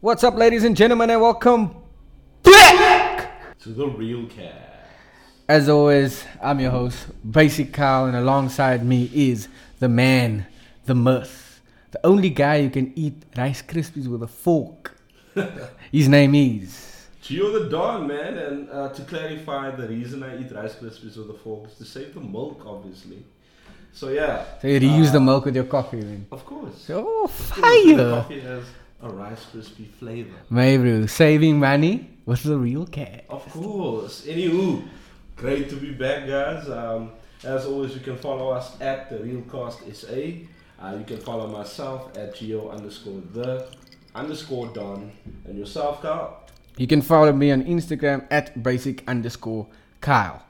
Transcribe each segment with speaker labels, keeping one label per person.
Speaker 1: What's up, ladies and gentlemen, and welcome
Speaker 2: To the real cat.
Speaker 1: As always, I'm your host, Basic Kyle, and alongside me is the man, the myth, the only guy who can eat Rice Krispies with a fork. His name is.
Speaker 2: Geo the Don, man, and uh, to clarify, the reason I eat Rice Krispies with a fork is to save the milk, obviously. So yeah.
Speaker 1: So you reuse
Speaker 2: uh,
Speaker 1: the milk with your coffee, then.
Speaker 2: Of course.
Speaker 1: Oh,
Speaker 2: Because the
Speaker 1: fire!
Speaker 2: Coffee has a Rice Krispie flavor.
Speaker 1: Maybe saving money with the real cat.
Speaker 2: Of course. Anywho, great to be back, guys. Um, as always, you can follow us at the Realcast SA. Uh, you can follow myself at geo underscore the underscore don and yourself, Kyle.
Speaker 1: You can follow me on Instagram at basic underscore Kyle.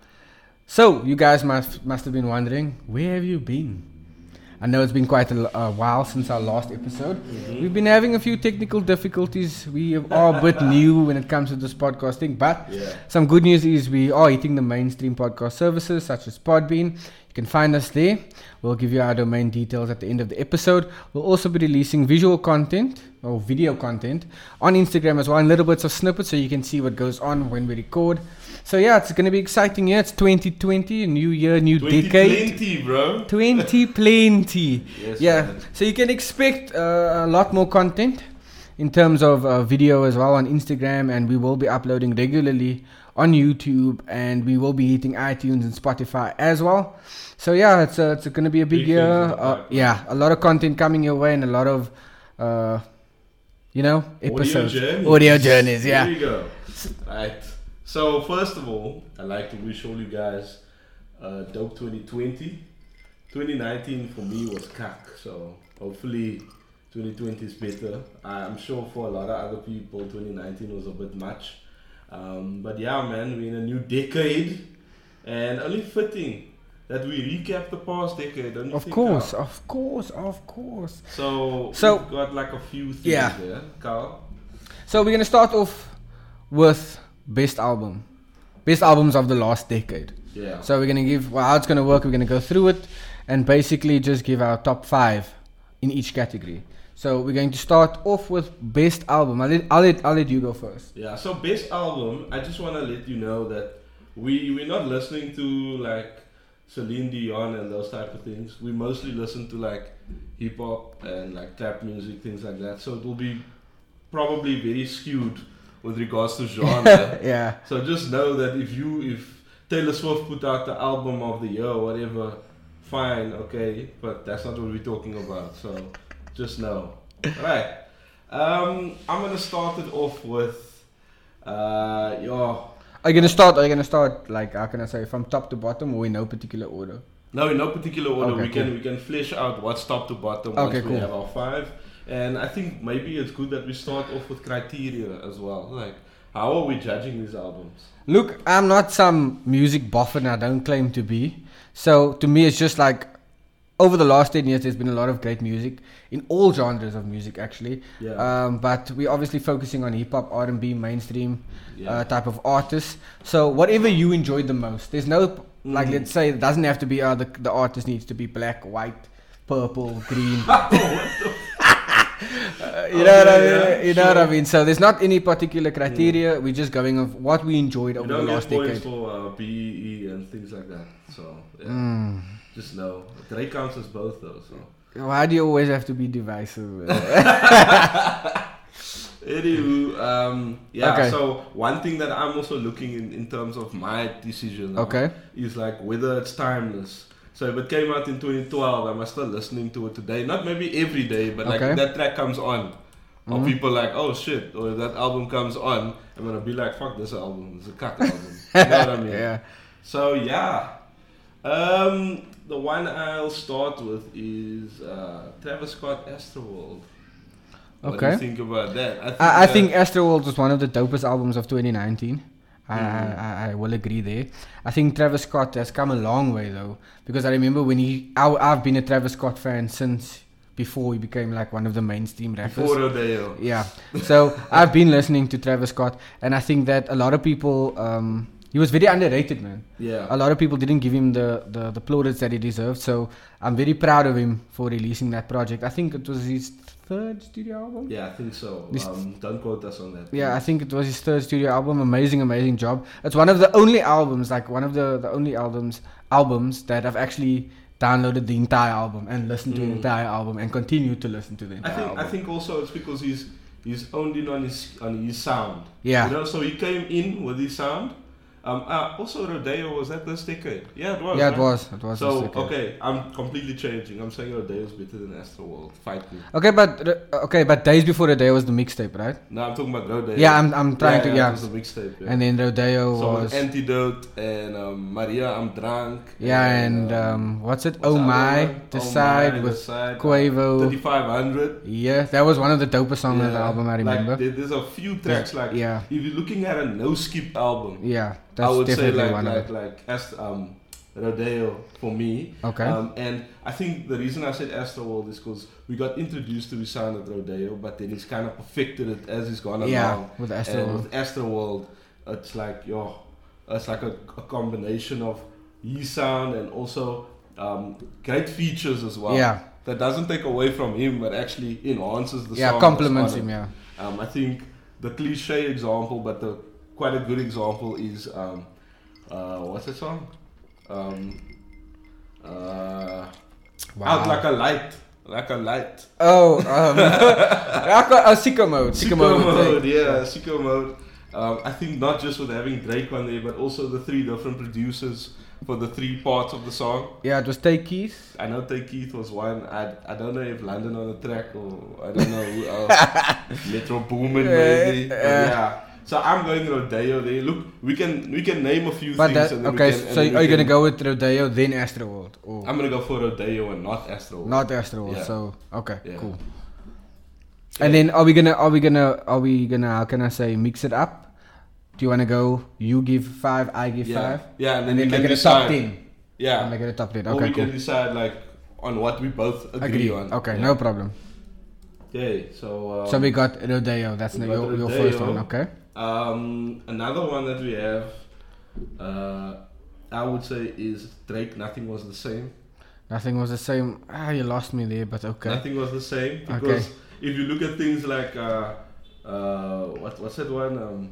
Speaker 1: So, you guys must, must have been wondering, where have you been? I know it's been quite a, l- a while since our last episode. We've been having a few technical difficulties. We are a bit new when it comes to this podcasting, but
Speaker 2: Yeah.
Speaker 1: some good news is we are hitting the mainstream podcast services such as Podbean. You can find us there. We'll give you our domain details at the end of the episode. We'll also be releasing visual content or video content on Instagram as well, and little bits of snippets so you can see what goes on when we record. So yeah, it's going to be exciting. Yeah, it's 2020, a new year, new decade.
Speaker 2: 2020, bro.
Speaker 1: 20 plenty.
Speaker 2: Yes,
Speaker 1: yeah.
Speaker 2: man.
Speaker 1: So you can expect uh, a lot more content in terms of uh, video as well on Instagram, and we will be uploading regularly on YouTube, and we will be hitting iTunes and Spotify as well. So yeah, it's uh, it's going to be a big,
Speaker 2: Big things
Speaker 1: year.
Speaker 2: in the
Speaker 1: Uh,
Speaker 2: pipeline.
Speaker 1: yeah, a lot of content coming your way, and a lot of. Uh, you know, episodes,
Speaker 2: journeys.
Speaker 1: audio journeys,
Speaker 2: There
Speaker 1: yeah.
Speaker 2: you go. Right. So first of all, I'd like to wish all you guys uh, dope 2020. 2019 for me was cack, so hopefully 2020 is better. I'm sure for a lot of other people, 2019 was a bit much. Um, but yeah, man, we're in a new decade, and only fitting that we recap the past decade. Don't you
Speaker 1: Of
Speaker 2: think,
Speaker 1: course,
Speaker 2: Carl?
Speaker 1: of course, of course.
Speaker 2: So,
Speaker 1: So-
Speaker 2: we've got like a few things
Speaker 1: Yeah.
Speaker 2: there, Carl.
Speaker 1: So we're gonna start off with best album, best albums of the last decade.
Speaker 2: Yeah.
Speaker 1: So we're gonna give well, how it's gonna work. We're gonna go through it and basically just give our top five in each category. So we're going to start off with best album. I'll let I'll let, I'll let you go first.
Speaker 2: Yeah, so best album, I just want to let you know that we we're not listening to like Celine Dion and those type of things. We mostly listen to like hip hop and like trap music, things like that. So it will be probably very skewed with regards to genre.
Speaker 1: Yeah.
Speaker 2: so just know that if you if Taylor Swift put out the album of the year or whatever, fine, okay, but that's not what we're talking about. So just know. Right. Um, I'm gonna start it off with uh yeah.
Speaker 1: Are you gonna start? Are you gonna start like how can I say from top to bottom or in no particular order?
Speaker 2: No, in no particular order.
Speaker 1: Okay,
Speaker 2: we can we can flesh out what's top to bottom
Speaker 1: Okay,
Speaker 2: once
Speaker 1: cool.
Speaker 2: we have our five. And I think maybe it's good that we start off with criteria as well. Like, how are we judging these albums?
Speaker 1: Look, I'm not some music boffin. I don't claim to be. So to me, it's just like over the last ten years, there's been a lot of great music in all genres of music, actually.
Speaker 2: Yeah.
Speaker 1: Um, but we're obviously focusing on hip hop, R&B, mainstream
Speaker 2: Yeah.
Speaker 1: uh, type of artists. So whatever you enjoyed the most, there's no p- like.
Speaker 2: Mm.
Speaker 1: Let's say it doesn't have to be. Uh, the the artist needs to be black, white, purple, green. Uh, you
Speaker 2: Oh,
Speaker 1: know what I mean?
Speaker 2: yeah, yeah,
Speaker 1: you know what I
Speaker 2: sure.
Speaker 1: mean. So there's not any particular criteria. We're just going of what we enjoyed
Speaker 2: You
Speaker 1: over the
Speaker 2: don't
Speaker 1: last
Speaker 2: get points
Speaker 1: decade.
Speaker 2: for uh, BE and things like that. So yeah,
Speaker 1: Mm.
Speaker 2: just know Drake counts as both though. So
Speaker 1: Why do you always have to be divisive?
Speaker 2: anywho, um, yeah.
Speaker 1: Okay.
Speaker 2: So one thing that I'm also looking in in terms of my decision. now
Speaker 1: okay.
Speaker 2: Is like whether it's timeless. So if it came out in 2012, am I still listening to it today? Not maybe every day, but like
Speaker 1: Okay. Mm-hmm.
Speaker 2: if that track comes on. Or people like, oh shit, or if that album comes on, I'm gonna be like, fuck this album, it's a cut album. you know what I mean?
Speaker 1: Yeah.
Speaker 2: So yeah, um, the one I'll start with is uh, Travis Scott Astroworld. What do
Speaker 1: Okay.
Speaker 2: you think about that? I think,
Speaker 1: I, I
Speaker 2: that-
Speaker 1: think Astroworld was one of the dopest albums of 2019. I,
Speaker 2: Hmm.
Speaker 1: I, I- I will agree there. I think Travis Scott has come a long way though, because I remember when he, I, I've been a Travis Scott fan since before he became like one of the mainstream rappers.
Speaker 2: before Rodeo.
Speaker 1: Yeah. So I've been listening to Travis Scott, and I think that a lot of people um, He was very underrated, man.
Speaker 2: Yeah.
Speaker 1: A lot of people didn't give him the, the, the plaudits that he deserved, so I'm very proud of him for releasing that project. I think it was his third studio album.
Speaker 2: Yeah, I think so.
Speaker 1: This-
Speaker 2: Um, don't quote us on that.
Speaker 1: Yeah, I think it was his third studio album. Amazing, amazing job. It's one of the only albums, like one of the, the only albums albums that I've actually downloaded the entire album and listened to the
Speaker 2: Mm.
Speaker 1: entire album and continue to listen to the
Speaker 2: I
Speaker 1: entire
Speaker 2: think
Speaker 1: album.
Speaker 2: I think also it's because he's he's honed in on his on his sound.
Speaker 1: Yeah.
Speaker 2: You know, so he came in with his sound. Um, uh, also Rodeo was that this decade? Yeah, it was.
Speaker 1: yeah, it
Speaker 2: right?
Speaker 1: was. It was.
Speaker 2: So
Speaker 1: the second.
Speaker 2: okay, I'm completely changing. I'm saying Rodeo's better than Astro World. Fight me.
Speaker 1: Okay, but uh, okay, but days before the day was the mixtape, right?
Speaker 2: No, I'm talking about Rodeo.
Speaker 1: Yeah, I'm I'm trying to yeah.
Speaker 2: It was a mixtape. Yeah.
Speaker 1: And then Rodeo
Speaker 2: so
Speaker 1: was
Speaker 2: antidote and um, Maria, I'm drunk.
Speaker 1: yeah, and um, what's it?
Speaker 2: what's
Speaker 1: Oh
Speaker 2: the other
Speaker 1: my,
Speaker 2: one? Oh
Speaker 1: Decide
Speaker 2: My,
Speaker 1: with
Speaker 2: Decide,
Speaker 1: Quavo.
Speaker 2: 3500.
Speaker 1: Yeah, that was one of the dopest songs on the
Speaker 2: Yeah,
Speaker 1: album. I
Speaker 2: like,
Speaker 1: remember.
Speaker 2: there- there's a few tracks like
Speaker 1: yeah.
Speaker 2: if you're looking at a no skip album,
Speaker 1: yeah,
Speaker 2: I would
Speaker 1: that's
Speaker 2: say
Speaker 1: definitely
Speaker 2: like
Speaker 1: one of
Speaker 2: like
Speaker 1: it.
Speaker 2: like as um Rodeo for me.
Speaker 1: Okay.
Speaker 2: Um, and I think the reason I said Astroworld is because we got introduced to the sound of Rodeo, but then he's kind of perfected it as he's gone
Speaker 1: yeah,
Speaker 2: along.
Speaker 1: with
Speaker 2: And
Speaker 1: Astro.
Speaker 2: with Astroworld, it's like yo, it's like a, a combination of his sound and also um, great features as well.
Speaker 1: Yeah,
Speaker 2: That doesn't take away from him, but actually enhances the
Speaker 1: yeah,
Speaker 2: song.
Speaker 1: compliments
Speaker 2: that's on
Speaker 1: him. Yeah,
Speaker 2: um, I think the cliche example, but the quite a good example is um, uh, what's that song? Um, uh, Out like a light, like a light.
Speaker 1: Oh, um, I got- oh, sicko mode. Sicko mode.
Speaker 2: mode,
Speaker 1: eh?
Speaker 2: yeah, sicko mode. Um, I think not just with having Drake on there, but also the three different producers for the three parts of the song.
Speaker 1: Yeah, it was Take Keith.
Speaker 2: I know Take Keith was one. I, I don't know if London on the track or I don't know who else. Metro Boomin maybe. But
Speaker 1: Yeah.
Speaker 2: yeah. So I'm going Rodeo there. Look, we can we can name a few
Speaker 1: But
Speaker 2: things.
Speaker 1: that,
Speaker 2: and then we
Speaker 1: okay,
Speaker 2: can- and
Speaker 1: so
Speaker 2: then we
Speaker 1: are you gonna
Speaker 2: can-
Speaker 1: go with Rodeo then Astro World, or
Speaker 2: I'm gonna go for Rodeo and not Astro.
Speaker 1: not Astro World?
Speaker 2: Yeah.
Speaker 1: So okay,
Speaker 2: Yeah.
Speaker 1: cool. And then are we gonna are we gonna are we gonna how can I say mix it up? Do you wanna go? You give five, I give
Speaker 2: yeah.
Speaker 1: five,
Speaker 2: Yeah, and
Speaker 1: and
Speaker 2: then,
Speaker 1: then
Speaker 2: we can
Speaker 1: make it a
Speaker 2: decide.
Speaker 1: top ten.
Speaker 2: Yeah.
Speaker 1: And make it a top ten.
Speaker 2: or we
Speaker 1: Okay,
Speaker 2: can
Speaker 1: cool.
Speaker 2: decide like on what we both agree,
Speaker 1: Agree.
Speaker 2: on.
Speaker 1: Okay,
Speaker 2: yeah.
Speaker 1: no problem.
Speaker 2: Okay, so um,
Speaker 1: so we got Rodeo. That's
Speaker 2: we
Speaker 1: the-
Speaker 2: got
Speaker 1: your, your first
Speaker 2: Rodeo.
Speaker 1: one. Okay.
Speaker 2: Um, another one that we have, uh, I would say is Drake. Nothing was the same.
Speaker 1: Nothing was the same. Ah, you lost me there, but okay.
Speaker 2: Nothing was the same
Speaker 1: Okay.
Speaker 2: because if you look at things like uh, uh, what what's that one um,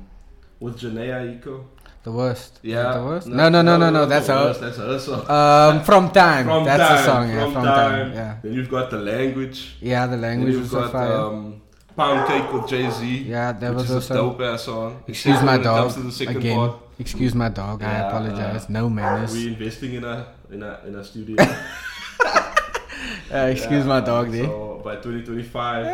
Speaker 2: with Janae Aiko?
Speaker 1: The worst. Is
Speaker 2: Yeah,
Speaker 1: it the worst. No, no, no, no, no.
Speaker 2: not
Speaker 1: That's
Speaker 2: the
Speaker 1: her.
Speaker 2: worst, That's her song.
Speaker 1: Um, from time.
Speaker 2: From
Speaker 1: that's
Speaker 2: time,
Speaker 1: the song. Yeah,
Speaker 2: from
Speaker 1: from, time.
Speaker 2: time.
Speaker 1: Yeah.
Speaker 2: Then you've got the language.
Speaker 1: Yeah, the
Speaker 2: Then
Speaker 1: language
Speaker 2: you've
Speaker 1: was on
Speaker 2: got
Speaker 1: fire.
Speaker 2: um, pound cake with Jay Z.
Speaker 1: yeah, there
Speaker 2: which
Speaker 1: was
Speaker 2: is a
Speaker 1: also.
Speaker 2: dope ass song.
Speaker 1: Excuse
Speaker 2: Except
Speaker 1: my
Speaker 2: when it comes
Speaker 1: dog
Speaker 2: to the second
Speaker 1: again.
Speaker 2: part,
Speaker 1: Excuse my dog.
Speaker 2: Yeah,
Speaker 1: I apologize. no manners.
Speaker 2: We're investing in a in a in a studio.
Speaker 1: Uh, excuse my dog. eh? There.
Speaker 2: So by 2025,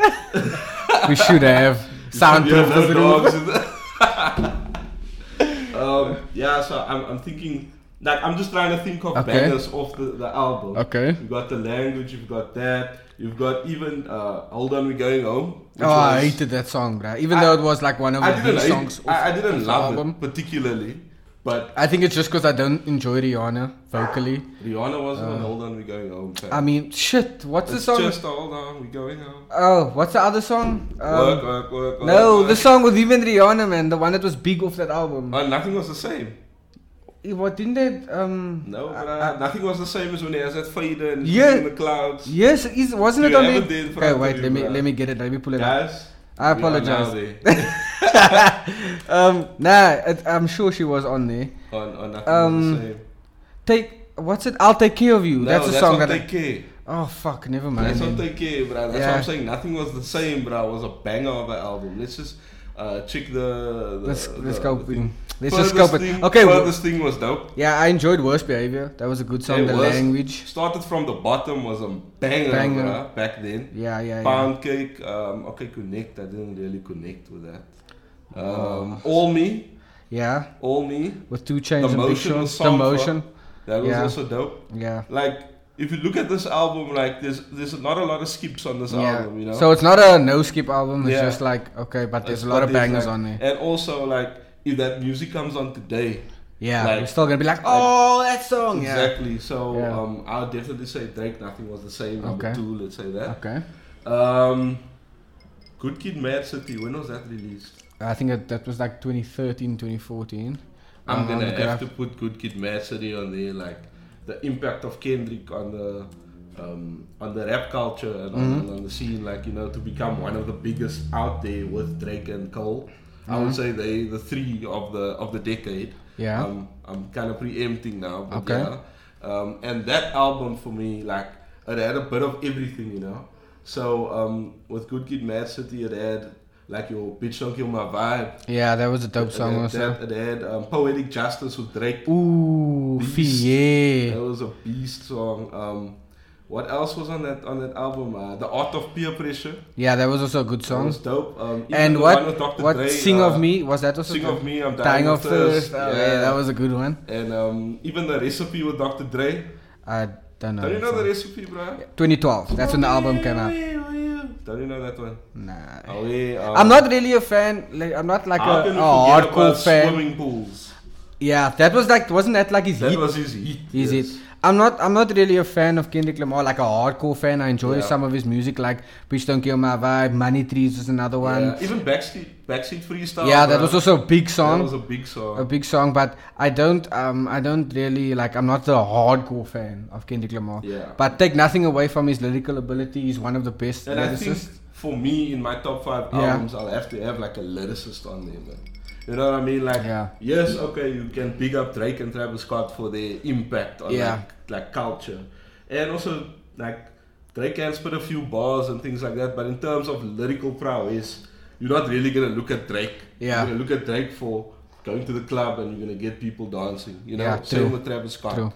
Speaker 1: we should have soundproof
Speaker 2: Yeah, no
Speaker 1: this room.
Speaker 2: dogs in the- um, yeah, so I'm, I'm thinking, like, I'm just trying to think of
Speaker 1: Okay.
Speaker 2: bangers off the, the album.
Speaker 1: Okay.
Speaker 2: You've got the language, you've got that, you've got even uh, Hold On, We're Going Home. which
Speaker 1: Oh, I
Speaker 2: was-
Speaker 1: hated that song, bruh. Even
Speaker 2: I-
Speaker 1: though it was like one of
Speaker 2: I
Speaker 1: the
Speaker 2: didn't,
Speaker 1: best
Speaker 2: hate-
Speaker 1: songs. of
Speaker 2: I, I didn't
Speaker 1: the
Speaker 2: love
Speaker 1: album.
Speaker 2: it particularly, but
Speaker 1: I think it's just because I don't enjoy Rihanna vocally.
Speaker 2: Rihanna wasn't on Hold On, We're Going Home. fan.
Speaker 1: I mean, shit. What's Uh. the
Speaker 2: it's
Speaker 1: song?
Speaker 2: just Hold On, We're Going Home.
Speaker 1: Oh, what's the other song? Um,
Speaker 2: work, work, work, work.
Speaker 1: No,
Speaker 2: work.
Speaker 1: the song with him and Rihanna, man. The one that was big off that album.
Speaker 2: Uh, nothing was the same.
Speaker 1: Eh, What didn't that? Um,
Speaker 2: No,
Speaker 1: I-
Speaker 2: but
Speaker 1: I-
Speaker 2: uh, nothing was the same as when he has that fader and
Speaker 1: Yeah.
Speaker 2: in the clouds.
Speaker 1: yes, is wasn't
Speaker 2: Do
Speaker 1: it
Speaker 2: you
Speaker 1: on
Speaker 2: have
Speaker 1: there?
Speaker 2: it there in
Speaker 1: Okay,
Speaker 2: front of
Speaker 1: wait.
Speaker 2: you,
Speaker 1: Let me
Speaker 2: bruh?
Speaker 1: let me get it. Let me pull it up.
Speaker 2: Guys,
Speaker 1: I
Speaker 2: we are
Speaker 1: apologize.
Speaker 2: now there.
Speaker 1: Um, nah, it, I'm sure she was on there.
Speaker 2: on, on Oh, nothing
Speaker 1: Um,
Speaker 2: was the same.
Speaker 1: Take what's it? I'll take care of you.
Speaker 2: No,
Speaker 1: that's a song
Speaker 2: on
Speaker 1: that. I,
Speaker 2: Take Care.
Speaker 1: oh fuck! Never mind.
Speaker 2: That's on
Speaker 1: then.
Speaker 2: Take Care, bro. That's
Speaker 1: Yeah.
Speaker 2: what I'm saying. Nothing was the same, bro. It was a banger of an album. Let's just uh, check the. the
Speaker 1: Let's
Speaker 2: the,
Speaker 1: let's
Speaker 2: uh, the
Speaker 1: go.
Speaker 2: thing.
Speaker 1: in. Let's just
Speaker 2: Furthest
Speaker 1: scope it.
Speaker 2: Thing,
Speaker 1: Okay.
Speaker 2: Well,
Speaker 1: Well,
Speaker 2: this thing was dope.
Speaker 1: yeah, I enjoyed worst behavior. That was a good song.
Speaker 2: Yeah,
Speaker 1: the
Speaker 2: Worst-
Speaker 1: language.
Speaker 2: Started from the bottom was a banger,
Speaker 1: Banger.
Speaker 2: bruh, back then.
Speaker 1: Yeah, yeah, yeah.
Speaker 2: Pound Cake. Um, okay, connect. I didn't really connect with that. Um, All Me.
Speaker 1: Yeah,
Speaker 2: All Me.
Speaker 1: with two chains
Speaker 2: The
Speaker 1: and big
Speaker 2: Motion was
Speaker 1: shoes. The
Speaker 2: song for-
Speaker 1: motion.
Speaker 2: That was
Speaker 1: Yeah.
Speaker 2: also dope.
Speaker 1: Yeah.
Speaker 2: Like if you look at this album, like there's there's not a lot of skips on this album, you know.
Speaker 1: So it's not a no skip album. It's
Speaker 2: Yeah.
Speaker 1: just like okay, but there's
Speaker 2: It's-
Speaker 1: a lot
Speaker 2: but
Speaker 1: of
Speaker 2: there's,
Speaker 1: bangers
Speaker 2: like-
Speaker 1: on there.
Speaker 2: And also like if that music comes on today,
Speaker 1: Yeah,
Speaker 2: like-
Speaker 1: we're still gonna be like, oh, that song.
Speaker 2: exactly. So
Speaker 1: Yeah.
Speaker 2: um, I would definitely say Drake. Nothing was the same. Number
Speaker 1: Okay.
Speaker 2: two, let's say
Speaker 1: Yeah.
Speaker 2: that.
Speaker 1: Okay.
Speaker 2: Um, Good Kid, Mad City. When was that released?
Speaker 1: I think that, that was like 2013, 2014.
Speaker 2: I'm
Speaker 1: I'm
Speaker 2: gonna
Speaker 1: gonna
Speaker 2: have to put Good Kid, Mad City on there, like the impact of Kendrick on the um, on the rap culture and on,
Speaker 1: Mm-hmm.
Speaker 2: and on the scene, like you know, to become one of the biggest out there with Drake and Cole. I would say they the three of the of the decade.
Speaker 1: Mm-hmm. Yeah.
Speaker 2: um, I'm kind of preempting now. But
Speaker 1: Okay.
Speaker 2: Yeah. Um, and that album for me, like it had a bit of everything, you know. So um, with Good Kid, Mad City, it had like your bitch don't kill my vibe.
Speaker 1: Yeah, that was a dope song
Speaker 2: And
Speaker 1: also.
Speaker 2: Uh, that, and um, Poetic Justice with Drake.
Speaker 1: Ooh,
Speaker 2: Beast.
Speaker 1: Fie.
Speaker 2: That was a beast song. Um, what else was on that on that album? Uh, the Art of Peer Pressure.
Speaker 1: Yeah, that was also a good
Speaker 2: That
Speaker 1: song.
Speaker 2: was dope. Um, even
Speaker 1: And
Speaker 2: the one with
Speaker 1: what
Speaker 2: Dr.
Speaker 1: what
Speaker 2: Dre,
Speaker 1: sing
Speaker 2: uh,
Speaker 1: of me was that also
Speaker 2: Sing
Speaker 1: good?
Speaker 2: of Me, I'm Dying,
Speaker 1: Dying
Speaker 2: of
Speaker 1: of
Speaker 2: Thirst.
Speaker 1: Thirst. Oh, yeah, that was a good one.
Speaker 2: And um, even the recipe with Dr. Dre.
Speaker 1: I don't know.
Speaker 2: Don't you
Speaker 1: that
Speaker 2: know the
Speaker 1: song.
Speaker 2: recipe, bro?
Speaker 1: 2012. That's when the album came out.
Speaker 2: Don't you know that one?
Speaker 1: Nah.
Speaker 2: Are we, um,
Speaker 1: I'm not really a fan. Like, I'm not like
Speaker 2: how
Speaker 1: a, a
Speaker 2: can we forget
Speaker 1: hardcore
Speaker 2: about
Speaker 1: fan.
Speaker 2: Swimming pools.
Speaker 1: Yeah, that was like wasn't that like his
Speaker 2: That
Speaker 1: hit?
Speaker 2: was his heat.
Speaker 1: Is it? I'm not. I'm not really a fan of Kendrick Lamar. Like a hardcore fan, I enjoy
Speaker 2: Yeah.
Speaker 1: some of his music. Like Bitch Don't Kill My Vibe, Money Trees is another one.
Speaker 2: Yeah.
Speaker 1: Yeah,
Speaker 2: Even backseat backseat freestyle.
Speaker 1: that
Speaker 2: bruh.
Speaker 1: was also a big
Speaker 2: That
Speaker 1: song.
Speaker 2: was a big song.
Speaker 1: a big song, but I don't um I don't really like I'm not the hardcore fan of Kendrick Lamar.
Speaker 2: Yeah.
Speaker 1: But take nothing away from his lyrical ability, he's one of the best
Speaker 2: And I think
Speaker 1: lyricists.
Speaker 2: for me, in my top five
Speaker 1: Yeah.
Speaker 2: albums, I'll have to have like a lyricist on there, man. You know what I mean? Like,
Speaker 1: Yeah.
Speaker 2: yes, okay, you can big up Drake and Travis Scott for their impact on
Speaker 1: Yeah.
Speaker 2: like, like culture, and also like Drake can spit a few bars and things like that. But in terms of lyrical prowess, you're not really gonna look at Drake.
Speaker 1: Yeah.
Speaker 2: You're gonna look at Drake for going to the club and you're gonna get people dancing. You know,
Speaker 1: Yeah,
Speaker 2: same
Speaker 1: true.
Speaker 2: with Travis Scott.
Speaker 1: True.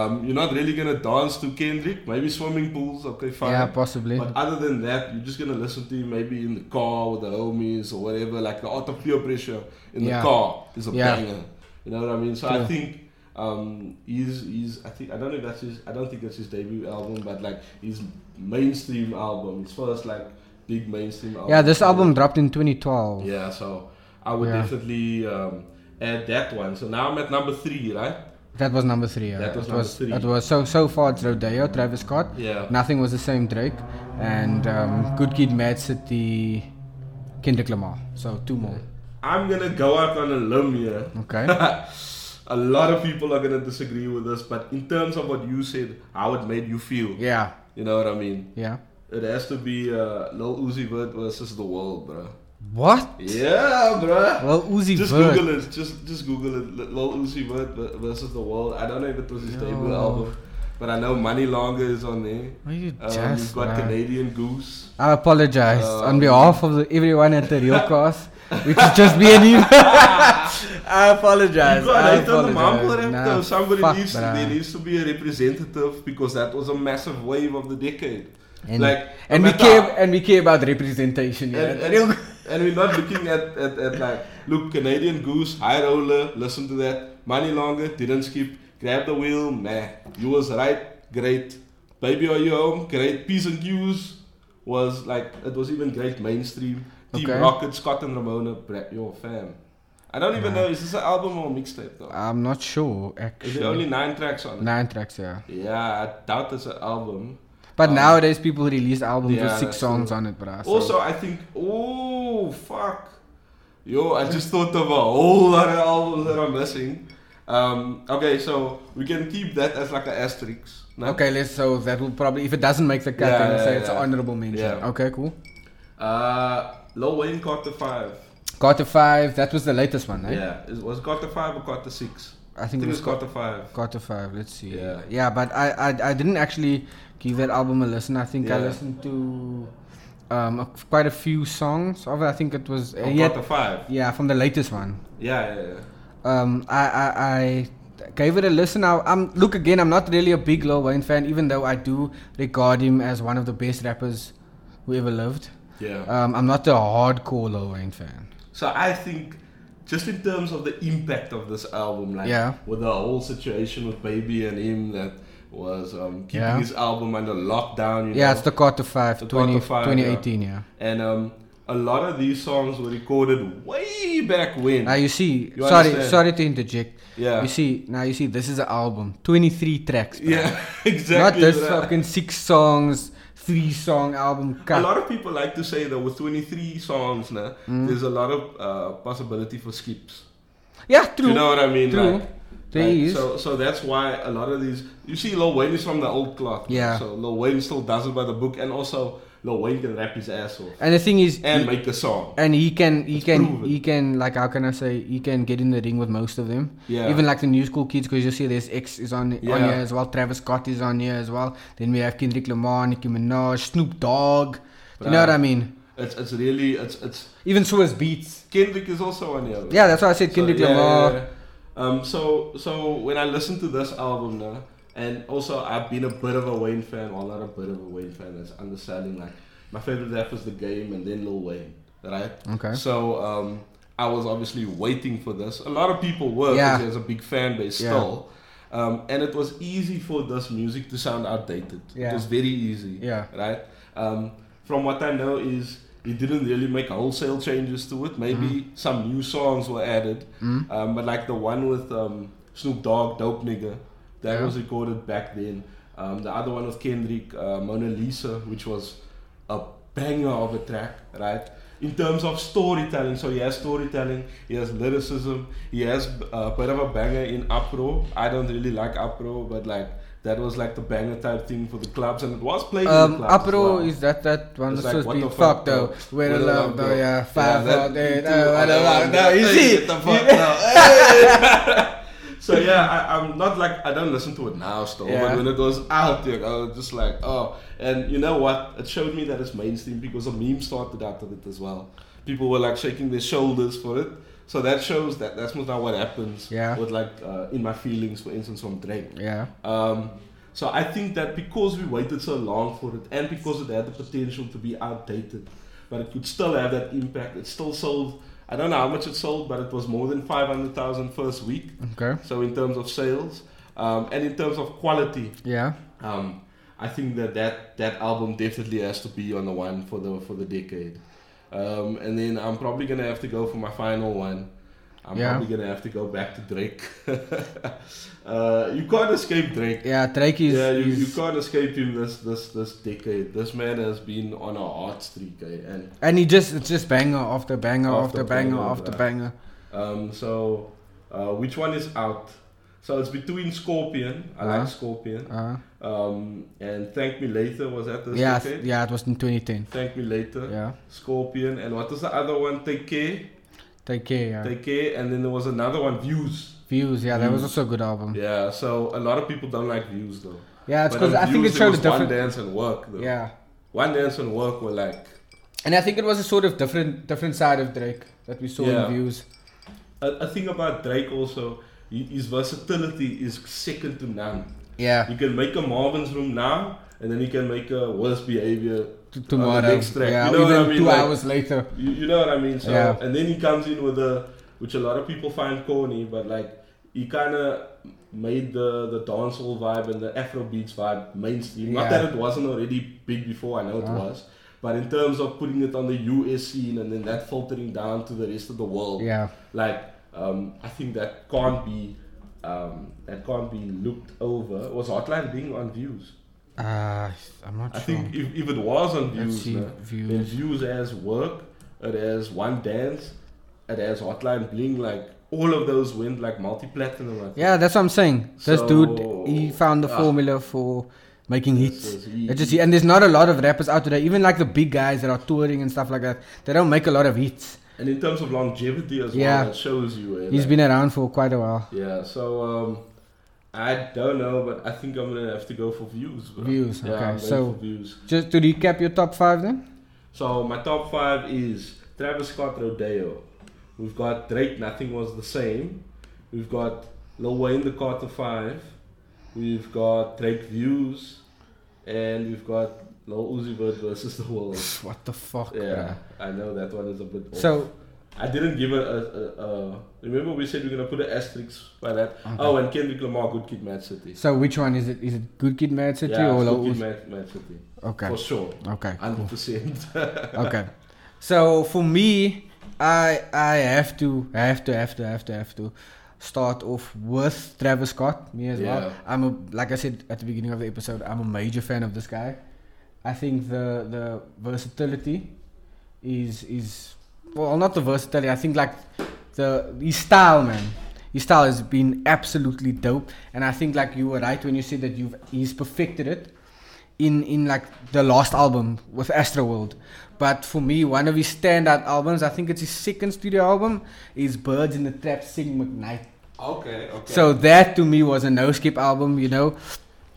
Speaker 2: Um, you're not really gonna dance to Kendrick. Maybe swimming pools. Okay, fine.
Speaker 1: Yeah, possibly.
Speaker 2: But uh, other than that, you're just gonna listen to him maybe in the car with the homies or whatever. Like the art of peer pressure in
Speaker 1: Yeah.
Speaker 2: the car is a
Speaker 1: Yeah.
Speaker 2: banger. You know what I mean? So I
Speaker 1: True.
Speaker 2: think um, he's he's I think I don't know if that's his I don't think that's his debut album, but like his mainstream album, his first like big mainstream album.
Speaker 1: yeah, this album dropped in 2012.
Speaker 2: Yeah, so I would
Speaker 1: Yeah.
Speaker 2: definitely um, add that one. So now I'm at number three, right?
Speaker 1: That was number three. Yeah.
Speaker 2: That was
Speaker 1: it
Speaker 2: number
Speaker 1: was,
Speaker 2: three.
Speaker 1: It was so so far it's Rodeo, Travis Scott.
Speaker 2: Yeah.
Speaker 1: Nothing was the same Drake, and um, Good Kid, Mad City, Kendrick Lamar. So two more.
Speaker 2: I'm gonna go out on a limb here.
Speaker 1: Okay.
Speaker 2: a lot of people are gonna disagree with this, but in terms of what you said, how it made you feel,
Speaker 1: yeah.
Speaker 2: you know what I mean?
Speaker 1: Yeah.
Speaker 2: It has to be uh, Lil Uzi Vert versus the world, bro.
Speaker 1: What?
Speaker 2: Yeah, bro.
Speaker 1: Well, Uzi
Speaker 2: Just
Speaker 1: Vert.
Speaker 2: Google it. Just just Google it. Li- Lil Uzi Vert ver- versus the world. I don't know if it was his debut
Speaker 1: Yo.
Speaker 2: album, but I know Money Longer is on there.
Speaker 1: What you
Speaker 2: Um,
Speaker 1: just,
Speaker 2: you've got
Speaker 1: man?
Speaker 2: Canadian Goose.
Speaker 1: I apologize
Speaker 2: Um,
Speaker 1: on behalf of the, everyone at the real cause, which is just me and him. I apologize.
Speaker 2: You got
Speaker 1: I
Speaker 2: hate on the mumble
Speaker 1: apologize.
Speaker 2: rap
Speaker 1: Nah,
Speaker 2: though. Somebody
Speaker 1: fuck,
Speaker 2: needs to,
Speaker 1: bruh.
Speaker 2: there needs to be a representative because that was a massive wave of the decade.
Speaker 1: and,
Speaker 2: like
Speaker 1: and
Speaker 2: no
Speaker 1: we
Speaker 2: matter-
Speaker 1: care and we care about representation. Yeah,
Speaker 2: and,
Speaker 1: at the
Speaker 2: and,
Speaker 1: Real
Speaker 2: and,
Speaker 1: Cause.
Speaker 2: we're not looking at, at, at like look Canadian Goose, High Roller, listen to that. Money longer, didn't skip, grab the wheel, man. You was right, great. Baby are you home? Great. P's and Q's was like it was even great mainstream. Team
Speaker 1: Okay.
Speaker 2: Rocket, Scott and Ramona, bra- your fam. I don't even know, is this an album or a mixtape though?
Speaker 1: I'm not sure
Speaker 2: Is
Speaker 1: actually.
Speaker 2: there only nine tracks on it?
Speaker 1: Nine tracks, yeah.
Speaker 2: Yeah, I doubt it's an album.
Speaker 1: But
Speaker 2: Um,
Speaker 1: nowadays people release albums
Speaker 2: yeah,
Speaker 1: with six
Speaker 2: that's
Speaker 1: songs
Speaker 2: true.
Speaker 1: on it, bruh. so-
Speaker 2: Also, I think, oh, fuck. Yo, I just thought of a whole lot of albums that I'm missing. Um, okay, so we can keep that as like an asterisk. no?
Speaker 1: okay, let's so that will probably if it doesn't make the cut,
Speaker 2: Yeah,
Speaker 1: then we'll
Speaker 2: yeah,
Speaker 1: say it's an
Speaker 2: yeah.
Speaker 1: honorable mention.
Speaker 2: Yeah.
Speaker 1: Okay, cool.
Speaker 2: Uh, Lil Wayne Carter 5.
Speaker 1: Carter five, that was the latest one, right?
Speaker 2: Yeah. Is, was it Carter 5 or Carter 6?
Speaker 1: I
Speaker 2: I
Speaker 1: think
Speaker 2: think
Speaker 1: it was
Speaker 2: it's Carter 5.
Speaker 1: Quarter five. Let's see.
Speaker 2: Yeah.
Speaker 1: Yeah, but I, I I didn't actually give that album a listen. I think I
Speaker 2: Yeah.
Speaker 1: listened to um a, quite a few songs of it. I think it was uh,
Speaker 2: Or
Speaker 1: yeah,
Speaker 2: Oh, Carter 5.
Speaker 1: yeah from the latest one.
Speaker 2: Yeah, yeah, yeah.
Speaker 1: Um, I I. I Gave it a listen. I, I'm look again. I'm not really a big Lil Wayne fan, even though I do regard him as one of the best rappers who ever lived.
Speaker 2: Yeah.
Speaker 1: Um, I'm not a hardcore Lil Wayne fan.
Speaker 2: So I think, just in terms of the impact of this album, like
Speaker 1: Yeah.
Speaker 2: with the whole situation with Baby and him that was um, keeping
Speaker 1: Yeah.
Speaker 2: his album under lockdown. You
Speaker 1: Yeah,
Speaker 2: know?
Speaker 1: it's the quarter five,
Speaker 2: The
Speaker 1: 20,
Speaker 2: Quarter Five,
Speaker 1: 2018, yeah.
Speaker 2: and um, a lot of these songs were recorded way back when.
Speaker 1: Now you see,
Speaker 2: You
Speaker 1: sorry,
Speaker 2: understand?
Speaker 1: sorry to interject.
Speaker 2: Yeah.
Speaker 1: You see, now you see, this is an album, 23 tracks. bruh.
Speaker 2: yeah,
Speaker 1: Not
Speaker 2: exactly.
Speaker 1: this
Speaker 2: right.
Speaker 1: fucking six songs, three song album
Speaker 2: A
Speaker 1: cut.
Speaker 2: lot of people like
Speaker 1: Mm.
Speaker 2: to say that with 23 songs, now there's a lot of uh, possibility for skips.
Speaker 1: Yeah,
Speaker 2: Do
Speaker 1: true.
Speaker 2: you know what I mean?
Speaker 1: True.
Speaker 2: Like,
Speaker 1: there
Speaker 2: like,
Speaker 1: is.
Speaker 2: So, so that's why a lot of these. You see, Lil Wayne is from the old cloth. man.
Speaker 1: Yeah.
Speaker 2: So Lil Wayne still does it by the book, and also Lil Wayne can rap his ass off
Speaker 1: and the thing is,
Speaker 2: and
Speaker 1: he-
Speaker 2: make a song.
Speaker 1: and he can he
Speaker 2: It's
Speaker 1: can
Speaker 2: proven.
Speaker 1: he can like how can I say he can get in the ring with most of them.
Speaker 2: Yeah.
Speaker 1: Even like the new school kids, because you see there's X is on on
Speaker 2: Yeah.
Speaker 1: here as well. Travis Scott is on here as well. Then we have Kendrick Lamar, Nicki Minaj, Snoop Dogg. Do you know
Speaker 2: Bruh.
Speaker 1: what I mean?
Speaker 2: It's it's really it's it's
Speaker 1: Even Swiss Beats.
Speaker 2: Kendrick is also on here.
Speaker 1: Yeah, that's why I said Kendrick
Speaker 2: yeah,
Speaker 1: Lamar.
Speaker 2: yeah, yeah. Um, so so when I listened to this album now, and also I've been a bit of a Wayne fan, well not a bit of a Wayne fan, that's understanding like my favorite rap was The Game and then Lil Wayne, right?
Speaker 1: Okay.
Speaker 2: So um, I was obviously waiting for this. A lot of people were
Speaker 1: Yeah.
Speaker 2: because there's a big fan base
Speaker 1: Yeah.
Speaker 2: still. Um, and it was easy for this music to sound outdated.
Speaker 1: Yeah.
Speaker 2: It was very easy.
Speaker 1: Yeah.
Speaker 2: Right? Um, from what I know is he didn't really make wholesale changes to it. Maybe
Speaker 1: Mm-hmm.
Speaker 2: some new songs were added. Um, but like the one with um, Snoop Dogg, Dope Nigga, that
Speaker 1: Yeah.
Speaker 2: was recorded back then. Um, the other one with Kendrick, uh, Mona Lisa, which was a banger of a track, right? In terms of storytelling, so he has storytelling, he has lyricism, he has uh, a bit of a banger in Upro. I don't really like Upro, but like that was like the banger type thing for the clubs, and it was played in
Speaker 1: Um,
Speaker 2: the clubs. as
Speaker 1: Apro
Speaker 2: well.
Speaker 1: is that that one
Speaker 2: It's
Speaker 1: that's
Speaker 2: like,
Speaker 1: supposed
Speaker 2: what
Speaker 1: to be
Speaker 2: the fuck,
Speaker 1: fucked though.
Speaker 2: though?
Speaker 1: Where the
Speaker 2: What the
Speaker 1: love
Speaker 2: fuck,
Speaker 1: though,
Speaker 2: though?
Speaker 1: yeah,
Speaker 2: Yeah,
Speaker 1: five uh,
Speaker 2: that-
Speaker 1: all day,
Speaker 2: you
Speaker 1: no,
Speaker 2: too,
Speaker 1: what the
Speaker 2: other
Speaker 1: fuck,
Speaker 2: one,
Speaker 1: no, you
Speaker 2: hey,
Speaker 1: see?
Speaker 2: get the fuck now, hey. So yeah, I, I'm not like I don't listen to it now still,
Speaker 1: Yeah.
Speaker 2: but when it was out there, I was just like, oh. And you know what? It showed me that it's mainstream because a meme started out of it as well. People were like shaking their shoulders for it, so that shows that that's not what happens.
Speaker 1: Yeah.
Speaker 2: With like uh, in my feelings, for instance, from Drake.
Speaker 1: Yeah.
Speaker 2: Um, so I think that because we waited so long for it, and because it had the potential to be outdated, but it could still have that impact. It still sold. I don't know how much it sold, but it was more than 500,000 first week.
Speaker 1: Okay.
Speaker 2: So in terms of sales, um, and in terms of quality,
Speaker 1: Yeah.
Speaker 2: um, I think that, that that album definitely has to be on the one for the for the decade. Um, and then I'm probably gonna have to go for my final one. I'm
Speaker 1: Yeah.
Speaker 2: probably gonna have to go back to Drake. uh, you can't escape Drake.
Speaker 1: Yeah, Drake is,
Speaker 2: yeah, you, you
Speaker 1: is-
Speaker 2: can't escape him this this this decade. This man has been on a hot streak, eh? and
Speaker 1: and he just it's just banger after banger after,
Speaker 2: After
Speaker 1: banger,
Speaker 2: banger,
Speaker 1: after
Speaker 2: bruh.
Speaker 1: banger.
Speaker 2: um, so uh, which one is out? So it's between Scorpion. I
Speaker 1: Uh-huh.
Speaker 2: like Scorpion.
Speaker 1: Uh,
Speaker 2: Um, and Thank Me Later was at this
Speaker 1: yeah,
Speaker 2: decade.
Speaker 1: yeah, it was in 2010.
Speaker 2: Thank Me Later.
Speaker 1: Yeah,
Speaker 2: Scorpion, and what was the other one? Take care,
Speaker 1: take care. Yeah.
Speaker 2: take care, and then there was another one, Views.
Speaker 1: Views, yeah, that was
Speaker 2: Views.
Speaker 1: also a good album. Yeah,
Speaker 2: Yeah, so a lot of people don't like Views though.
Speaker 1: it's
Speaker 2: But on
Speaker 1: because I think it
Speaker 2: Views,
Speaker 1: showed a
Speaker 2: was
Speaker 1: different.
Speaker 2: One dance and work though.
Speaker 1: Yeah,
Speaker 2: One dance and work were like
Speaker 1: and I think it was a sort of different different side of Drake that we saw
Speaker 2: Yeah.
Speaker 1: in Views.
Speaker 2: a, a thing about Drake also. he- His versatility is second to none.
Speaker 1: Yeah,
Speaker 2: You can make a Marvin's Room now, and then you can make a Worse Behavior. uh,
Speaker 1: t- tomorrow.
Speaker 2: next track,
Speaker 1: Yeah,
Speaker 2: you know what
Speaker 1: even
Speaker 2: I mean,
Speaker 1: two
Speaker 2: like-
Speaker 1: hours later.
Speaker 2: You, you know what I mean? So,
Speaker 1: Yeah.
Speaker 2: and then he comes in with a, which a lot of people find corny, but like he kind of made the the dancehall vibe and the Afro beats vibe mainstream. Not
Speaker 1: Yeah. Uh-huh.
Speaker 2: that it wasn't already big before, I know it was, but in terms of putting it on the US scene and then that filtering down to the rest of the world,
Speaker 1: Yeah,
Speaker 2: like um, I think that can't be. Um, that can't be looked over. Was Hotline Bling on views?
Speaker 1: uh, I'm not
Speaker 2: I
Speaker 1: sure.
Speaker 2: think if, if it was on
Speaker 1: Let's
Speaker 2: views,
Speaker 1: see,
Speaker 2: no,
Speaker 1: Views.
Speaker 2: then views as work, it as one dance, it as hotline bling, like all of those went like multi platinum. I think.
Speaker 1: yeah, that's what I'm saying. This
Speaker 2: So-
Speaker 1: dude, he found the
Speaker 2: Ah.
Speaker 1: formula for making hits.
Speaker 2: So he-
Speaker 1: It's just, and there's not a lot of rappers out today, even like the big guys that are touring and stuff like that. They don't make a lot of hits.
Speaker 2: and in terms of longevity as
Speaker 1: Yeah.
Speaker 2: well, that shows you. eh,
Speaker 1: He's
Speaker 2: like-
Speaker 1: been around for quite a while.
Speaker 2: Yeah, so um, I don't know, but I think I'm gonna have to go for views. Bro.
Speaker 1: Views,
Speaker 2: Yeah,
Speaker 1: okay,
Speaker 2: I'm going
Speaker 1: so-
Speaker 2: for views.
Speaker 1: Just to recap your top five then?
Speaker 2: So my top five is Travis Scott Rodeo. We've got Drake Nothing Was the Same. We've got Lil Wayne The Carter Five. We've got Drake Views. And we've got Lil Uzi Vert versus the world.
Speaker 1: What the fuck,
Speaker 2: Yeah, I know that one is a bit.
Speaker 1: bruh.
Speaker 2: Off.
Speaker 1: So,
Speaker 2: I didn't give a, a, a, a. Remember we said we're gonna put an asterisk by that. Oh, and Kendrick Lamar, Good Kid, Mad City.
Speaker 1: so which one is it? Is it Good Kid, Mad City
Speaker 2: yeah,
Speaker 1: or
Speaker 2: Good
Speaker 1: Lil
Speaker 2: Kid,
Speaker 1: Uzi?
Speaker 2: Mad, Mad City
Speaker 1: Okay,
Speaker 2: for sure,
Speaker 1: okay,
Speaker 2: hundred percent.
Speaker 1: okay. So for me, I I have to have to have to have to have to start off with Travis Scott. Me as well.
Speaker 2: Yeah.
Speaker 1: I'm a like I said at the beginning of the episode. I'm a major fan of this guy. I think the the versatility is is well not the versatility. I think like the his style, man. His style has been absolutely dope, and I think like you were right when you said that you've he's perfected it in in like the last album with Astroworld. But for me, one of his standout albums, I think it's his second studio album, is Birds in the Trap Sing McKnight.
Speaker 2: Okay, okay.
Speaker 1: So that to me was a no skip album, you know.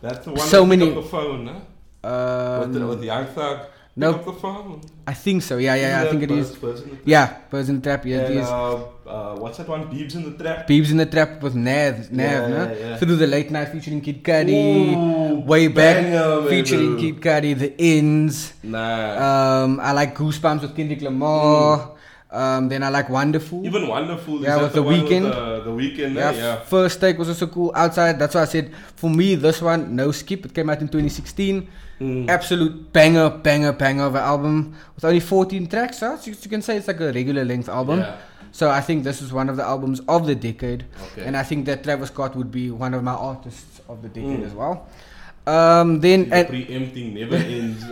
Speaker 2: That's the one
Speaker 1: so
Speaker 2: that
Speaker 1: many-
Speaker 2: picked up the phone, huh?
Speaker 1: Uh,
Speaker 2: with, the, with the Young Thug.
Speaker 1: no.
Speaker 2: Pick up the phone.
Speaker 1: I think so. Yeah, yeah, yeah I think it is. Yeah, Birds in the Trap. Yeah, it
Speaker 2: and,
Speaker 1: is.
Speaker 2: uh, uh, what's that one? Beebs in the Trap.
Speaker 1: Peeps in the Trap with Nav, Nav,
Speaker 2: Yeah,
Speaker 1: no?
Speaker 2: yeah, yeah.
Speaker 1: Through the Late Night featuring Kid Cudi.
Speaker 2: Ooh,
Speaker 1: Way Back
Speaker 2: banger, man,
Speaker 1: featuring
Speaker 2: bro.
Speaker 1: Kid Cudi, The Ins.
Speaker 2: Nah.
Speaker 1: Um, I like Goosebumps with Kendrick Lamar.
Speaker 2: Mm.
Speaker 1: Um, then I like Wonderful.
Speaker 2: Even Wonderful. is
Speaker 1: Yeah,
Speaker 2: that
Speaker 1: with The
Speaker 2: the, one
Speaker 1: Weeknd.
Speaker 2: With the, the weekend.
Speaker 1: yeah,
Speaker 2: Yeah. yeah.
Speaker 1: First Take was also cool. Outside, that's why I said for me this one no skip. It came out in 2016.
Speaker 2: Mm.
Speaker 1: Absolute banger, banger, banger of an album with only 14 tracks. Huh? So you you can say it's like a regular length album.
Speaker 2: Yeah.
Speaker 1: So I think this is one of the albums of the decade,
Speaker 2: Okay.
Speaker 1: and I think that Travis Scott would be one of my artists of the decade
Speaker 2: Mm.
Speaker 1: as well. Um, then
Speaker 2: The
Speaker 1: and,
Speaker 2: preempting never ends.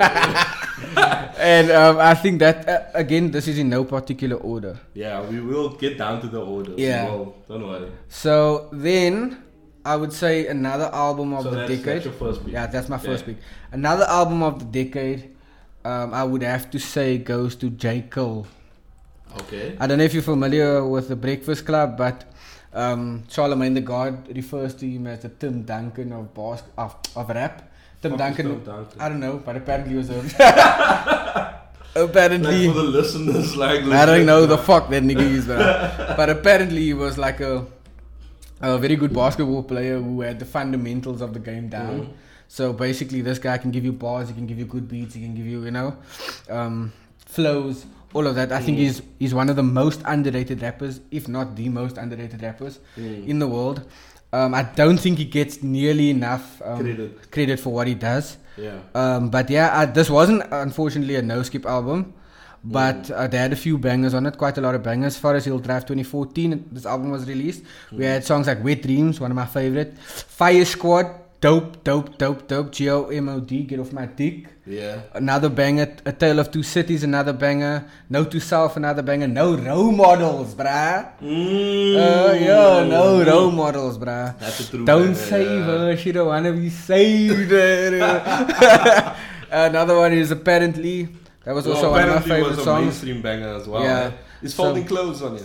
Speaker 1: and um, I think that uh, again this is in no particular order.
Speaker 2: yeah, we will get down to the order. We
Speaker 1: Yeah.
Speaker 2: will. don't worry.
Speaker 1: So then I would say another album of
Speaker 2: so
Speaker 1: the
Speaker 2: that's,
Speaker 1: decade.
Speaker 2: that's your first pick.
Speaker 1: Yeah, that's my first
Speaker 2: Yeah.
Speaker 1: pick. Another album of the decade, um, I would have to say goes to J. Cole.
Speaker 2: Okay.
Speaker 1: I don't know if you're familiar with the Breakfast Club, but um, Charlemagne the God refers to him as the Tim Duncan of bas- of, of rap. Tim
Speaker 2: Fuck
Speaker 1: Duncan,
Speaker 2: Tom Duncan.
Speaker 1: I don't know, but apparently he was a apparently
Speaker 2: Like for the listeners, like
Speaker 1: I don't
Speaker 2: legit,
Speaker 1: know the
Speaker 2: like,
Speaker 1: fuck that nigga is, man. but apparently he was like a, a very good basketball player who had the fundamentals of the game down.
Speaker 2: Mm.
Speaker 1: So basically, this guy can give you bars, he can give you good beats, he can give you you know um, flows, all of that. I
Speaker 2: Mm.
Speaker 1: think he's he's one of the most underrated rappers, if not the most underrated rappers
Speaker 2: Mm.
Speaker 1: in the world. Um, I don't think he gets nearly enough um,
Speaker 2: Credit.
Speaker 1: credit for what he does.
Speaker 2: Yeah.
Speaker 1: Um, but yeah, I, this wasn't uh, unfortunately a no skip album, but uh, they had a few bangers on it, quite a lot of bangers. Forest Hill Drive 2014, this album was released. We had songs like Wet Dreams, one of my favorite, Fire Squad, dope, dope, dope, dope, G O M O D, Get Off My Dick.
Speaker 2: Yeah.
Speaker 1: Another banger, A Tale of Two Cities, another banger, No to Self, another banger, No Role Models, bruh.
Speaker 2: Mm.
Speaker 1: Uh, yeah, no role models, bruh.
Speaker 2: That's a true
Speaker 1: Don't
Speaker 2: banger,
Speaker 1: save
Speaker 2: yeah.
Speaker 1: her. She don't wanna be saved. Another one is apparently that was also
Speaker 2: Well,
Speaker 1: one of my
Speaker 2: apparently it
Speaker 1: favorite
Speaker 2: was a
Speaker 1: songs.
Speaker 2: mainstream banger as well.
Speaker 1: Yeah.
Speaker 2: Yeah. It's
Speaker 1: So-
Speaker 2: folding clothes on it.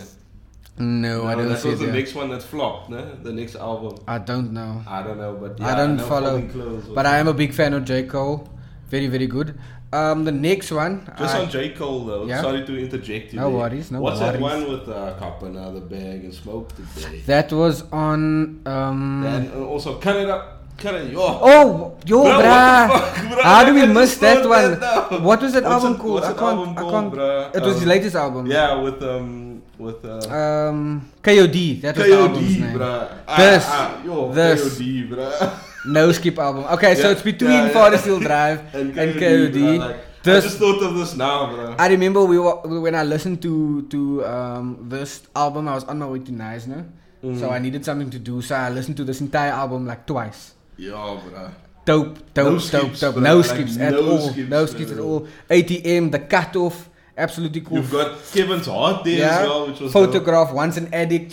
Speaker 1: No, I
Speaker 2: No,
Speaker 1: don't
Speaker 2: that
Speaker 1: see
Speaker 2: was the
Speaker 1: that.
Speaker 2: next one that flopped, no? The next album.
Speaker 1: I don't know,
Speaker 2: I don't know, but
Speaker 1: I
Speaker 2: yeah,
Speaker 1: don't
Speaker 2: know
Speaker 1: follow,
Speaker 2: Folding Clothes was-
Speaker 1: but I am a big fan of J Cole. Very, very good. Um, the next one.
Speaker 2: Just
Speaker 1: I-
Speaker 2: on J Cole though.
Speaker 1: Yeah?
Speaker 2: Sorry to interject you.
Speaker 1: No
Speaker 2: there.
Speaker 1: worries, no
Speaker 2: What's
Speaker 1: worries.
Speaker 2: that one with uh, cop another bag and smoke today?
Speaker 1: that was on. Um,
Speaker 2: And uh, also cut it up, cut it. Oh,
Speaker 1: Oh, yo,
Speaker 2: Bro, what the
Speaker 1: bruh.
Speaker 2: fuck, bro?
Speaker 1: How do we
Speaker 2: I
Speaker 1: miss
Speaker 2: just
Speaker 1: that
Speaker 2: wrote
Speaker 1: one?
Speaker 2: that down.
Speaker 1: what was that
Speaker 2: What's
Speaker 1: album
Speaker 2: it-
Speaker 1: called?
Speaker 2: what's
Speaker 1: I
Speaker 2: that
Speaker 1: can't.
Speaker 2: album
Speaker 1: I
Speaker 2: called,
Speaker 1: can't.
Speaker 2: bruh?
Speaker 1: It was his
Speaker 2: Um,
Speaker 1: latest album.
Speaker 2: yeah, with um, with uh,
Speaker 1: Um, KOD. That was the album's
Speaker 2: KOD,
Speaker 1: name.
Speaker 2: bruh. Ah,
Speaker 1: This,
Speaker 2: ah, yo,
Speaker 1: this.
Speaker 2: KOD, bruh.
Speaker 1: No skip album. Okay, so
Speaker 2: Yeah,
Speaker 1: it's between
Speaker 2: yeah, yeah.
Speaker 1: Forest Hill Drive
Speaker 2: and
Speaker 1: and,
Speaker 2: KOD.
Speaker 1: KOD.
Speaker 2: bruh, like, I
Speaker 1: this, I,
Speaker 2: just thought of this now, bro.
Speaker 1: remember we were, when I listened to to um, this album, I was on my way to Neisner,
Speaker 2: Mhm.
Speaker 1: so I needed something to do. So I listened to this entire album like twice.
Speaker 2: Yo, bro.
Speaker 1: Dope, dope,
Speaker 2: No
Speaker 1: dope,
Speaker 2: skips,
Speaker 1: dope.
Speaker 2: bro,
Speaker 1: No
Speaker 2: like,
Speaker 1: skips at
Speaker 2: no
Speaker 1: all.
Speaker 2: skips,
Speaker 1: no skips
Speaker 2: bro.
Speaker 1: at all. ATM, the cutoff, absolutely cool.
Speaker 2: You've got Kevin's heart there as well, which was
Speaker 1: Photograph, Once an Addict,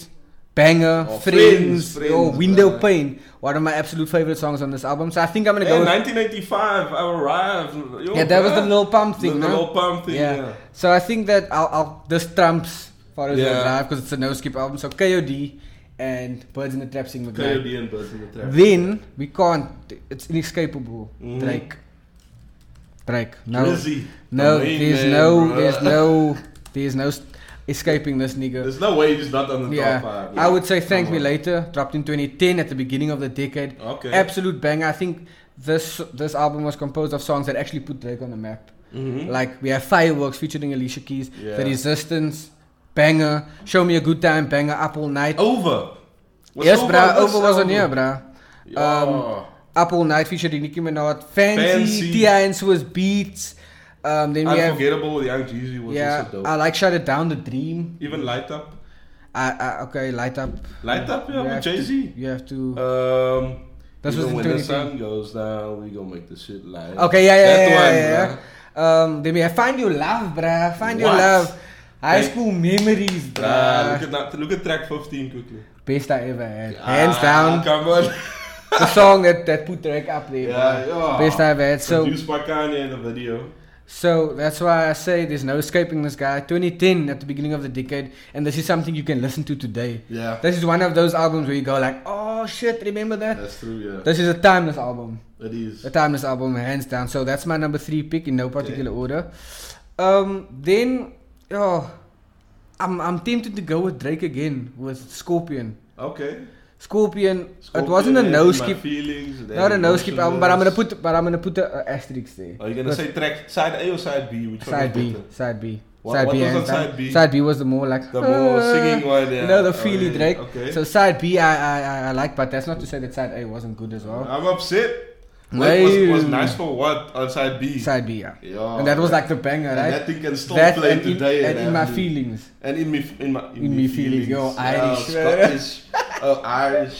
Speaker 1: Banger,
Speaker 2: Oh,
Speaker 1: Friends,
Speaker 2: Friends, Friends,
Speaker 1: oh, Window
Speaker 2: bro.
Speaker 1: Pane. One of my absolute favorite songs on this album. So I think I'm
Speaker 2: dope.
Speaker 1: gonna
Speaker 2: Hey,
Speaker 1: go. With,
Speaker 2: 1985, I arrived. Yo,
Speaker 1: yeah, that was the
Speaker 2: bruh.
Speaker 1: Lil Pump thing,
Speaker 2: The,
Speaker 1: no?
Speaker 2: the little pump thing,
Speaker 1: yeah.
Speaker 2: yeah.
Speaker 1: So I think that I'll, I'll this trumps Forest Hill
Speaker 2: Yeah.
Speaker 1: Drive because it's a no skip album. So KOD and Birds in the Trap sing McKnight.
Speaker 2: KOD and Birds in the Trap.
Speaker 1: Then we can't. It's inescapable.
Speaker 2: Mhm.
Speaker 1: Drake. Drake. No.
Speaker 2: Drizzy,
Speaker 1: No.
Speaker 2: the main
Speaker 1: there's
Speaker 2: man,
Speaker 1: no.
Speaker 2: bruh.
Speaker 1: There's no. There's no s- escaping this nigga.
Speaker 2: There's no way he's not on the
Speaker 1: Yeah,
Speaker 2: top five.
Speaker 1: I would say Thank
Speaker 2: uh, Come
Speaker 1: Me
Speaker 2: on.
Speaker 1: Later, dropped in 2010 at the beginning of the decade.
Speaker 2: Okay.
Speaker 1: Absolute banger. I think this this album was composed of songs that actually put Drake on the map.
Speaker 2: Mhm.
Speaker 1: Like we have Fireworks featuring Alicia Keys,
Speaker 2: Yeah.
Speaker 1: The Resistance, banger, Show Me a Good Time, banger, Up All Night.
Speaker 2: Over. Oh, Was
Speaker 1: yes,
Speaker 2: Over
Speaker 1: bruh,
Speaker 2: this
Speaker 1: Over was on
Speaker 2: album?
Speaker 1: here, bruh. Um,
Speaker 2: Yeah.
Speaker 1: Up All Night featuring Nicki Minaj, Fancy,
Speaker 2: Fancy.
Speaker 1: T.I. and Swiss Beats. Um, then we have
Speaker 2: Unforgettable, the Young Jeezy was
Speaker 1: yeah,
Speaker 2: also dope.
Speaker 1: I like Shut It Down, The Dream.
Speaker 2: Even Light Up.
Speaker 1: I, I, okay, Light Up.
Speaker 2: Light Up, yeah,
Speaker 1: You
Speaker 2: with
Speaker 1: have to-
Speaker 2: Jay-Z.
Speaker 1: You have to.
Speaker 2: Um,
Speaker 1: That was
Speaker 2: even
Speaker 1: in
Speaker 2: when the
Speaker 1: 2010.
Speaker 2: sun goes down, we gonna make the shit light.
Speaker 1: Okay, yeah, yeah,
Speaker 2: That
Speaker 1: yeah,
Speaker 2: one,
Speaker 1: yeah, yeah.
Speaker 2: bruh.
Speaker 1: Um, then we have Find Your Love, bruh. Find Your
Speaker 2: What?
Speaker 1: Love. High
Speaker 2: Hey.
Speaker 1: school memories,
Speaker 2: Ah, look
Speaker 1: bruh.
Speaker 2: at that. Look at track 15 quickly.
Speaker 1: Best I ever had.
Speaker 2: Ah,
Speaker 1: Hands down.
Speaker 2: Come on.
Speaker 1: The song that, that put Drake up there.
Speaker 2: Yeah,
Speaker 1: bruh.
Speaker 2: yeah.
Speaker 1: Best I've had. So,
Speaker 2: Produced by Kanye in the video.
Speaker 1: So that's why I say there's no escaping this guy. 2010 at the beginning of the decade, and this is something you can listen to today.
Speaker 2: Yeah.
Speaker 1: This is one of those albums where you go like, oh shit, remember that?
Speaker 2: That's true, yeah.
Speaker 1: This is a timeless album.
Speaker 2: It is.
Speaker 1: A timeless album, hands down. So that's my number three pick in no particular order. Um, then, oh, I'm I'm tempted to go with Drake again with Scorpion.
Speaker 2: Okay.
Speaker 1: Scorpion. it
Speaker 2: Scorpion,
Speaker 1: wasn't a
Speaker 2: Hurt
Speaker 1: no
Speaker 2: My
Speaker 1: skip,
Speaker 2: Feelings, and
Speaker 1: not a no skip album, but I'm gonna
Speaker 2: Emotionless.
Speaker 1: put but I'm gonna put a, a asterisk there.
Speaker 2: Are you Oh, gonna
Speaker 1: Because-
Speaker 2: say track side A or side B? Which
Speaker 1: Side
Speaker 2: one is
Speaker 1: B,
Speaker 2: better?
Speaker 1: side B,
Speaker 2: What-
Speaker 1: side
Speaker 2: what
Speaker 1: B,
Speaker 2: was
Speaker 1: and
Speaker 2: on side B?
Speaker 1: Side B was the more like
Speaker 2: The more
Speaker 1: "Ah,"
Speaker 2: singing one, yeah.
Speaker 1: You know the
Speaker 2: Oh,
Speaker 1: feely
Speaker 2: yeah,
Speaker 1: Drake.
Speaker 2: okay.
Speaker 1: So side B, I, I, I, I like, but that's not to say that side A wasn't good as well.
Speaker 2: I'm upset.
Speaker 1: No.
Speaker 2: That was, was nice for what on side B?
Speaker 1: Side B, yeah.
Speaker 2: Yeah.
Speaker 1: and that was like the banger,
Speaker 2: And
Speaker 1: right?
Speaker 2: that thing can still
Speaker 1: That
Speaker 2: play
Speaker 1: and in,
Speaker 2: today. uh, hmm.
Speaker 1: and in my
Speaker 2: have me-
Speaker 1: feelings.
Speaker 2: And in me, in my,
Speaker 1: In me feelings, yo, Irish,
Speaker 2: Oh,
Speaker 1: man.
Speaker 2: Scottish. oh, Irish.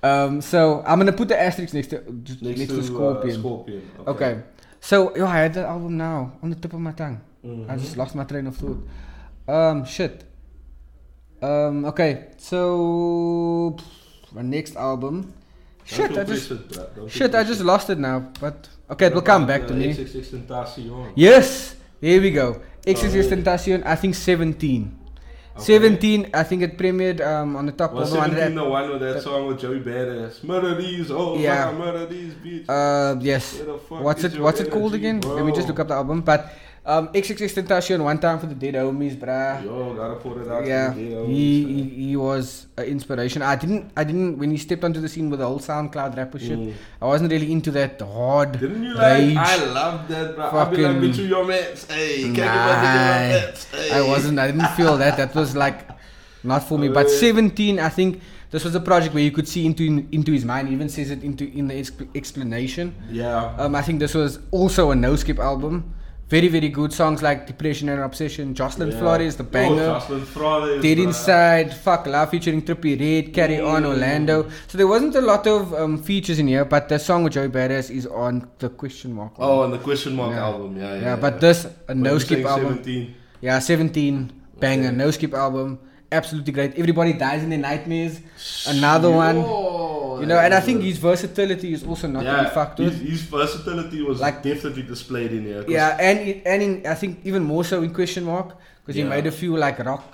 Speaker 1: Um, so I'm gonna put the asterisk next to just
Speaker 2: Next,
Speaker 1: next, to,
Speaker 2: uh,
Speaker 1: Scorpion.
Speaker 2: Scorpion.
Speaker 1: okay. So yo, I had that album now on the tip of my tongue.
Speaker 2: Mm-hmm.
Speaker 1: I just lost my train of thought. Um, shit. Um, okay. So my next album.
Speaker 2: Don't
Speaker 1: Shit,
Speaker 2: feel
Speaker 1: I just
Speaker 2: pressured, bruh. Don't feel
Speaker 1: Shit, I
Speaker 2: pressured.
Speaker 1: just lost it now. But okay, it will come back to
Speaker 2: Uh,
Speaker 1: me.
Speaker 2: XXX Tentacion.
Speaker 1: Yes, here we go. XXX
Speaker 2: Oh.
Speaker 1: Tentacion, I think 17.
Speaker 2: Okay.
Speaker 1: 17, I think it premiered um, on the top
Speaker 2: Was
Speaker 1: 100.
Speaker 2: 17 the one with that song with Joey Badass? Murder these, oh
Speaker 1: Yeah.
Speaker 2: yeah. murder these, bitch.
Speaker 1: Uh, yes.
Speaker 2: Where the fuck
Speaker 1: What's
Speaker 2: is
Speaker 1: it?
Speaker 2: your
Speaker 1: What's it called
Speaker 2: energy,
Speaker 1: again? Let me just look
Speaker 2: bro?
Speaker 1: up the album. But um, XXX Tentacion, one time for the dead homies, bruh.
Speaker 2: Yo, gotta put it out.
Speaker 1: yeah,
Speaker 2: to the ghetto,
Speaker 1: he,
Speaker 2: son.
Speaker 1: he he was an inspiration. I didn't I didn't when he stepped onto the scene with the whole SoundCloud rapper shit.
Speaker 2: Mm.
Speaker 1: I wasn't really into that hard
Speaker 2: Didn't you like?
Speaker 1: rage.
Speaker 2: I love that, bro. I'll be like,
Speaker 1: Fucking-
Speaker 2: bitch, you your mates. Hey, can't
Speaker 1: Nah,
Speaker 2: get back to your mates. Hey.
Speaker 1: I wasn't. I didn't feel that. That was like not for me. But
Speaker 2: Uh.
Speaker 1: 17, I think this was a project where you could see into into his mind. He even says it into in the exp- explanation.
Speaker 2: Yeah.
Speaker 1: Um, I think this was also a no skip album. Very very good songs like Depression and Obsession, Jocelyn
Speaker 2: yeah.
Speaker 1: Flores, the
Speaker 2: Yo,
Speaker 1: banger.
Speaker 2: Jocelyn Flores.
Speaker 1: Dead
Speaker 2: bruh.
Speaker 1: Inside, Fuck Love featuring Trippie Red, Carry On,
Speaker 2: Mm.
Speaker 1: Orlando. So there wasn't a lot of um, features in here, but the song with Joey Badass is on the question mark. one.
Speaker 2: Oh, and the Question Mark
Speaker 1: Yeah.
Speaker 2: album. Yeah, yeah.
Speaker 1: yeah, but this a no
Speaker 2: you're
Speaker 1: skip
Speaker 2: saying
Speaker 1: album.
Speaker 2: 17.
Speaker 1: Yeah, 17, banger,
Speaker 2: Okay.
Speaker 1: no skip album, absolutely great. Everybody dies in their nightmares, another one.
Speaker 2: Yo,
Speaker 1: You know, and I
Speaker 2: that
Speaker 1: think
Speaker 2: was-
Speaker 1: his versatility is also not really fucked
Speaker 2: his,
Speaker 1: with.
Speaker 2: his versatility was
Speaker 1: Like-
Speaker 2: definitely displayed in here. 'cause
Speaker 1: Yeah, and i- and in, I think even more so in question mark because he
Speaker 2: Yeah.
Speaker 1: made a few like rock,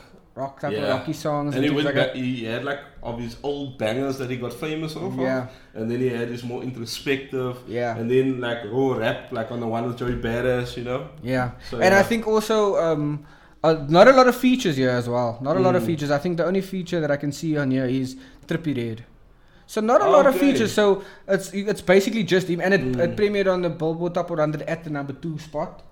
Speaker 1: rock type of
Speaker 2: Yeah.
Speaker 1: rocky songs.
Speaker 2: And he
Speaker 1: things
Speaker 2: went
Speaker 1: like
Speaker 2: back, he had like of his old bangers that he got famous off of.
Speaker 1: Yeah.
Speaker 2: And then he had his more introspective.
Speaker 1: Yeah.
Speaker 2: And then like raw rap, like on the one with Joey Badass, you know?
Speaker 1: Yeah,
Speaker 2: So,
Speaker 1: and I
Speaker 2: yeah.
Speaker 1: think also um, uh, not a lot of features here as well. Not a lot of
Speaker 2: Mm.
Speaker 1: features. I think the only feature that I can see on here is Trippy Red. So not a lot of
Speaker 2: Okay.
Speaker 1: features. So it's it's basically just him, and it, it
Speaker 2: Mm.
Speaker 1: premiered on the Billboard Top 100 at the number two spot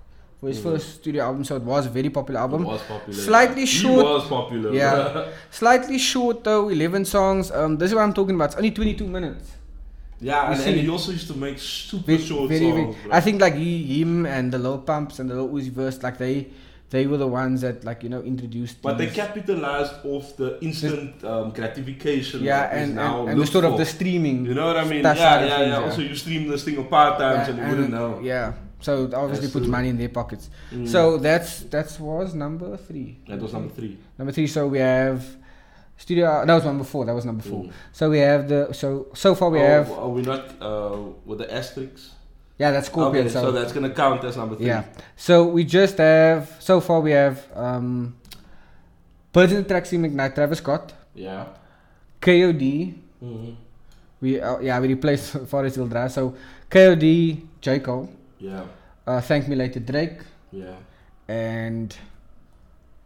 Speaker 1: for his
Speaker 2: Mm.
Speaker 1: first studio album. So it was a very popular
Speaker 2: He
Speaker 1: album.
Speaker 2: was popular.
Speaker 1: Um, Slightly short-
Speaker 2: He was popular.
Speaker 1: Yeah. Slightly short though, 11 songs. Um, this is what I'm talking about. It's only 22 minutes.
Speaker 2: yeah,
Speaker 1: You
Speaker 2: and,
Speaker 1: see-
Speaker 2: and he also used to make super
Speaker 1: Ve-
Speaker 2: short
Speaker 1: very, very-
Speaker 2: songs.
Speaker 1: I think like he, him and the Low Pumps and the Low Uzi Verse, like they they were the ones that like you know introduced.
Speaker 2: but they
Speaker 1: these-
Speaker 2: capitalized off the instant um, gratification.
Speaker 1: yeah,
Speaker 2: that is
Speaker 1: and,
Speaker 2: now
Speaker 1: and, and the
Speaker 2: looked
Speaker 1: sort of
Speaker 2: for.
Speaker 1: the streaming.
Speaker 2: You know what I mean? Yeah,
Speaker 1: that side
Speaker 2: yeah,
Speaker 1: of
Speaker 2: yeah,
Speaker 1: things, yeah.
Speaker 2: Also, you stream this thing a part
Speaker 1: Yeah,
Speaker 2: times and you wouldn't
Speaker 1: and-
Speaker 2: know.
Speaker 1: Yeah, so it obviously
Speaker 2: That's
Speaker 1: puts
Speaker 2: true.
Speaker 1: money in their pockets.
Speaker 2: Mm.
Speaker 1: So that's that's was number three.
Speaker 2: that was number three.
Speaker 1: Number three. So we have studio. That was number four. That was number four.
Speaker 2: Mm.
Speaker 1: So we have the so so far we
Speaker 2: oh,
Speaker 1: have
Speaker 2: Are we not uh, with the asterisks?
Speaker 1: yeah that's Scorpion.
Speaker 2: Okay, so,
Speaker 1: so
Speaker 2: that's gonna count as number three.
Speaker 1: Yeah. So we just have so far we have um Birds in the Taxi McKnight, Travis Scott,
Speaker 2: Yeah.
Speaker 1: KOD.
Speaker 2: Mm-hmm.
Speaker 1: We uh, yeah we replaced Forest Hill Drive. So KOD, J Cole,
Speaker 2: Yeah.
Speaker 1: uh, Thank Me Later, Drake,
Speaker 2: Yeah.
Speaker 1: and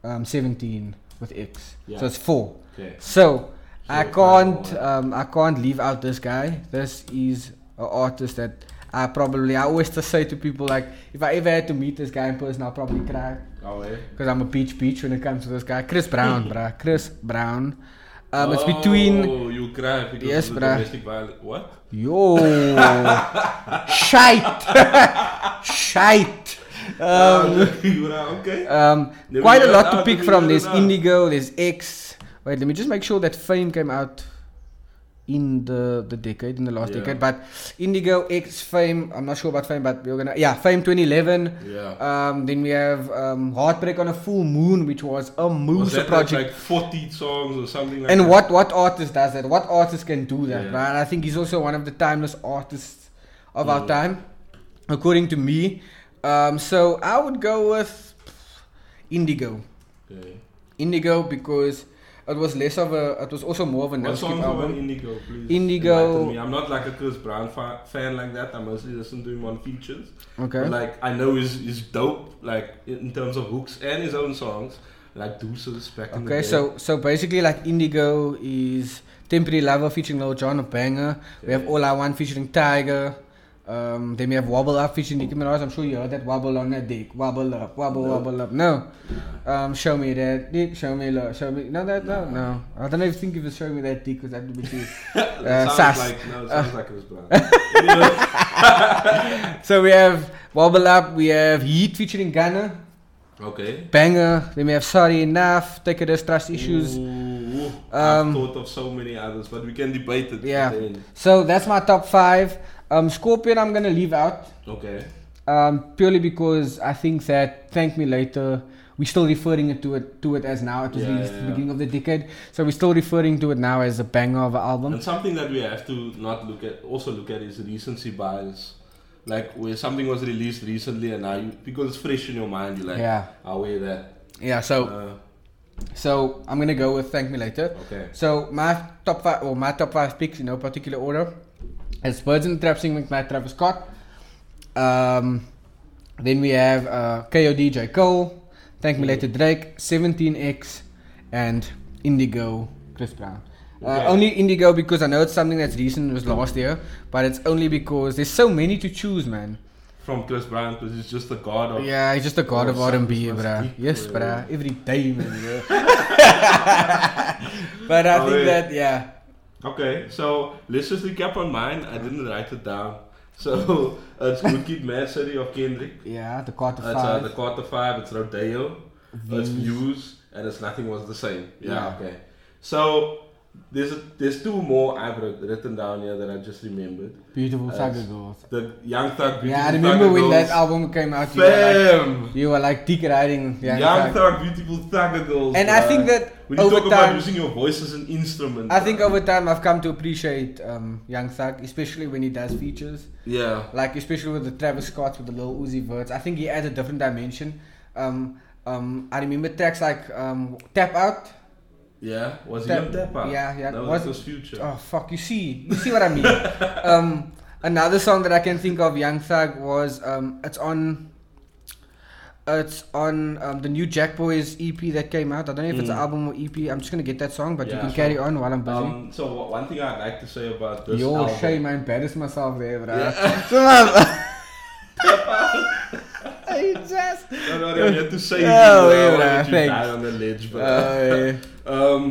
Speaker 1: um 17 with X.
Speaker 2: Yeah.
Speaker 1: So it's four.
Speaker 2: Okay.
Speaker 1: So I
Speaker 2: So uh, final
Speaker 1: can't um,
Speaker 2: one.
Speaker 1: I can't leave out this guy. This is an artist that I probably I always just say to people like if I ever had to meet this guy in person I'll probably cry.
Speaker 2: Oh, eh?
Speaker 1: Because I'm a peach peach when it comes to this guy. Chris Brown, bruh. Chris Brown. Um, It's
Speaker 2: Mm. Oh,
Speaker 1: between.
Speaker 2: you cry because
Speaker 1: Yes,
Speaker 2: of the
Speaker 1: bruh.
Speaker 2: domestic violence. What?
Speaker 1: Yo! Shite! Shite! Um,
Speaker 2: Bruh, okay.
Speaker 1: um,
Speaker 2: Never
Speaker 1: quite a
Speaker 2: heard
Speaker 1: lot to
Speaker 2: that,
Speaker 1: pick
Speaker 2: never
Speaker 1: from.
Speaker 2: heard
Speaker 1: There's
Speaker 2: that.
Speaker 1: Indigo, there's X. Wait, let me just make sure that Fame came out in the the decade, in the last
Speaker 2: Yeah.
Speaker 1: decade. But Indigo X Fame, I'm not sure about Fame, but we're gonna yeah Fame 2011.
Speaker 2: Yeah.
Speaker 1: Um, then we have um, Heartbreak on a Full Moon, which was a
Speaker 2: Was
Speaker 1: moose
Speaker 2: that
Speaker 1: project.
Speaker 2: like 40 songs or something like
Speaker 1: and
Speaker 2: that?
Speaker 1: what what artist does that? What artist can do that,
Speaker 2: Yeah.
Speaker 1: man? I think he's also one of the timeless artists of our time, according to me. Um, so I would go with Indigo.
Speaker 2: Okay.
Speaker 1: Indigo because it was less of a. It was also more of a
Speaker 2: What
Speaker 1: no skip
Speaker 2: songs are on
Speaker 1: album.
Speaker 2: Indigo, please?
Speaker 1: Indigo-
Speaker 2: Enlighten Me. I'm not like a Chris Brown fa- fan like that. I mostly listen to him on features.
Speaker 1: Okay.
Speaker 2: But, like I know he's, he's dope, like in terms of hooks and his own songs, like Deuces back in the
Speaker 1: Okay,
Speaker 2: day.
Speaker 1: so so basically, like Indigo is Temporary Lover featuring Lil Jon, a banger. We have All I Want featuring Tiger. Um, then we have Wobble Up featuring Nicki Minaj. I'm sure you heard that wobble on that dick. Wobble up, wobble,
Speaker 2: No.
Speaker 1: wobble up. No. Um, show me that dick, show me love, show me. No, that, no, no. I don't even think if it's showing me that dick because that would be too.
Speaker 2: It
Speaker 1: uh,
Speaker 2: sounds
Speaker 1: Sass.
Speaker 2: like no, it sounds like Chris Brown. Anyway,
Speaker 1: so we have Wobble Up, we have Heat featuring Gunna,
Speaker 2: okay.
Speaker 1: banger. Then we have Sorry Enough, Take It As Trust Issues.
Speaker 2: Ooh,
Speaker 1: Um,
Speaker 2: I've thought of so many others, but we can debate it.
Speaker 1: Yeah.
Speaker 2: Then.
Speaker 1: So that's my top five. Um, Scorpion, I'm gonna leave out.
Speaker 2: Okay.
Speaker 1: um, purely because I think that thank me later. We're still referring it to it to it as now. It was
Speaker 2: Yeah,
Speaker 1: released at
Speaker 2: yeah,
Speaker 1: the
Speaker 2: yeah.
Speaker 1: beginning of the decade, so we're still referring to it now as a banger of an album.
Speaker 2: And something that we have to not look at, also look at, is recency bias. Like where something was released recently, and now you, because it's fresh in your mind, you're like,
Speaker 1: Yeah.
Speaker 2: I wear that.
Speaker 1: Yeah. So
Speaker 2: Uh,
Speaker 1: so I'm gonna go with thank me later.
Speaker 2: okay.
Speaker 1: So my top five or my top five picks in no particular order is Birds in the Trap Sing McKnight Travis Scott. Um, then we have uh, KOD J Cole, Thank Me Later Drake, 17X, and Indigo Chris Brown.
Speaker 2: Okay.
Speaker 1: Uh, only Indigo because I know it's something that's recent, it was last year, but it's only because there's so many to choose, man.
Speaker 2: From Chris Brown, because he's just the god of.
Speaker 1: Yeah, he's just a god
Speaker 2: Oh,
Speaker 1: of R&B,
Speaker 2: something's
Speaker 1: bruh.
Speaker 2: deep,
Speaker 1: Yes,
Speaker 2: yeah.
Speaker 1: bruh. Every day, man. yeah. but I think
Speaker 2: Alright.
Speaker 1: that, yeah.
Speaker 2: Okay, so let's just recap on mine. I didn't write it down. So it's Good Kid, Mad City of Kendrick.
Speaker 1: Yeah, the quarter
Speaker 2: It's uh,
Speaker 1: five.
Speaker 2: the quarter five. It's Rodeo. It's views, and it's nothing was the same. Yeah.
Speaker 1: Yeah.
Speaker 2: Okay. So there's there's two more I've writ- written down here that I just remembered.
Speaker 1: Beautiful
Speaker 2: Uh,
Speaker 1: Tiger Girls.
Speaker 2: The Young Thug.
Speaker 1: Yeah, I
Speaker 2: Beautiful
Speaker 1: remember
Speaker 2: Thugger
Speaker 1: when that
Speaker 2: Girls.
Speaker 1: album came out. You were like,
Speaker 2: Bam.
Speaker 1: you were like dick riding. Yeah,
Speaker 2: Young,
Speaker 1: in fact.
Speaker 2: Thug, beautiful Thugger girls.
Speaker 1: And I
Speaker 2: bruh.
Speaker 1: think that
Speaker 2: when you
Speaker 1: over
Speaker 2: talk about
Speaker 1: time-
Speaker 2: using your voice as an instrument,
Speaker 1: I think
Speaker 2: bruh.
Speaker 1: over time I've come to appreciate um, Young Thug, especially when he does features.
Speaker 2: yeah.
Speaker 1: Like especially with the Travis Scott with the Lil Uzi Verts. I think he adds a different dimension. Um, um, I remember tracks like um, Tap Out.
Speaker 2: Yeah, was he
Speaker 1: Tap-
Speaker 2: on Tap Out?
Speaker 1: yeah, yeah,
Speaker 2: No,
Speaker 1: was
Speaker 2: that was
Speaker 1: it-
Speaker 2: Future.
Speaker 1: Oh fuck, you see, you see what I mean. um, another song that I can think of Young Thug was um, it's on. It's on um, the new Jack Boys EP that came out. I don't know if it's an
Speaker 2: Mm.
Speaker 1: album or EP. I'm just gonna get that song, but you
Speaker 2: Yeah,
Speaker 1: can
Speaker 2: sure.
Speaker 1: carry on while I'm busy.
Speaker 2: Um, so wha- one thing I'd like to say about this
Speaker 1: Yo,
Speaker 2: album,
Speaker 1: shame, I embarrassed myself there, bro.
Speaker 2: Yeah.
Speaker 1: I just.
Speaker 2: No, no, no, you had to say
Speaker 1: Oh,
Speaker 2: it, you know,
Speaker 1: yeah,
Speaker 2: let you
Speaker 1: thanks.
Speaker 2: die on the ledge, but
Speaker 1: Uh,
Speaker 2: um,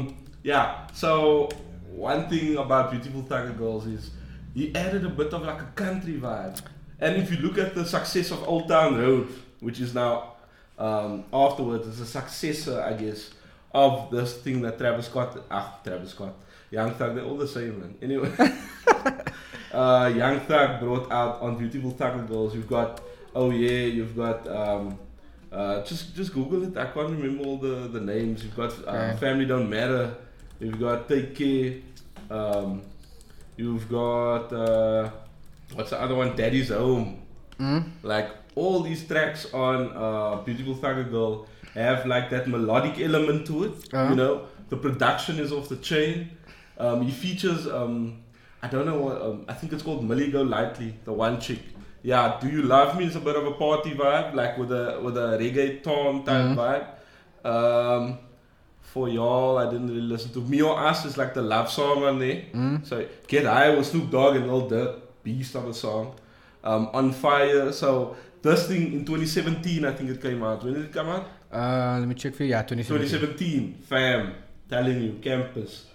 Speaker 2: yeah. So one thing about Beautiful Tiger Girls is he added a bit of like a country vibe, and if you look at the success of Old Town Road, which is now um, afterwards, it's a successor, I guess, of this thing that Travis Scott, ah, Travis Scott, Young Thug, they're all the same, man. Anyway. uh, Young Thug brought out on Beautiful Thugger Girls. You've got Oh Yeah, you've got um, uh, just just Google it. I can't remember all the, the names. You've got uh,
Speaker 1: Okay.
Speaker 2: Family Don't Matter. You've got Take Care. Um, you've got uh, what's the other one? Daddy's Home.
Speaker 1: mm,
Speaker 2: Like all these tracks on uh, Beautiful Thugger Girl have like that melodic element to it.
Speaker 1: Uh-huh.
Speaker 2: You know, the production is off the chain. Um, he features, um, I don't know what, um, I think it's called Millie Go Lightly, the one chick. Yeah, Do You Love Me is a bit of a party vibe, like with a with a reggaeton type vibe. Um, for y'all, I didn't really listen to Me or Us is like the love song on there.
Speaker 1: mm.
Speaker 2: So Get High with Snoop Dogg and all the beast of a song. Um, on Fire. So this thing in 2017, I think it came out. When did it come out?
Speaker 1: Uh, let me check for you. Yeah, 2017.
Speaker 2: 2017. Fam, telling you, campus.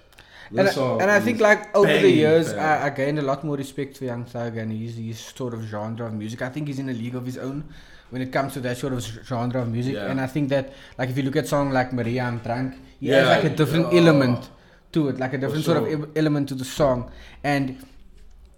Speaker 2: This
Speaker 1: And I,
Speaker 2: song
Speaker 1: and I
Speaker 2: is-
Speaker 1: think, like, over the
Speaker 2: banging,
Speaker 1: years,
Speaker 2: fam.
Speaker 1: I, I gained a lot more respect for Young Thug and his, his sort of genre of music. I think he's in a league of his own when it comes to that sort of g- genre of music.
Speaker 2: Yeah.
Speaker 1: And I think that, like, if you look at song like Maria, I'm Drunk, he
Speaker 2: Yeah,
Speaker 1: has, like, a different
Speaker 2: yeah.
Speaker 1: element to it, like a different sort of
Speaker 2: sure.
Speaker 1: e- element to the song. And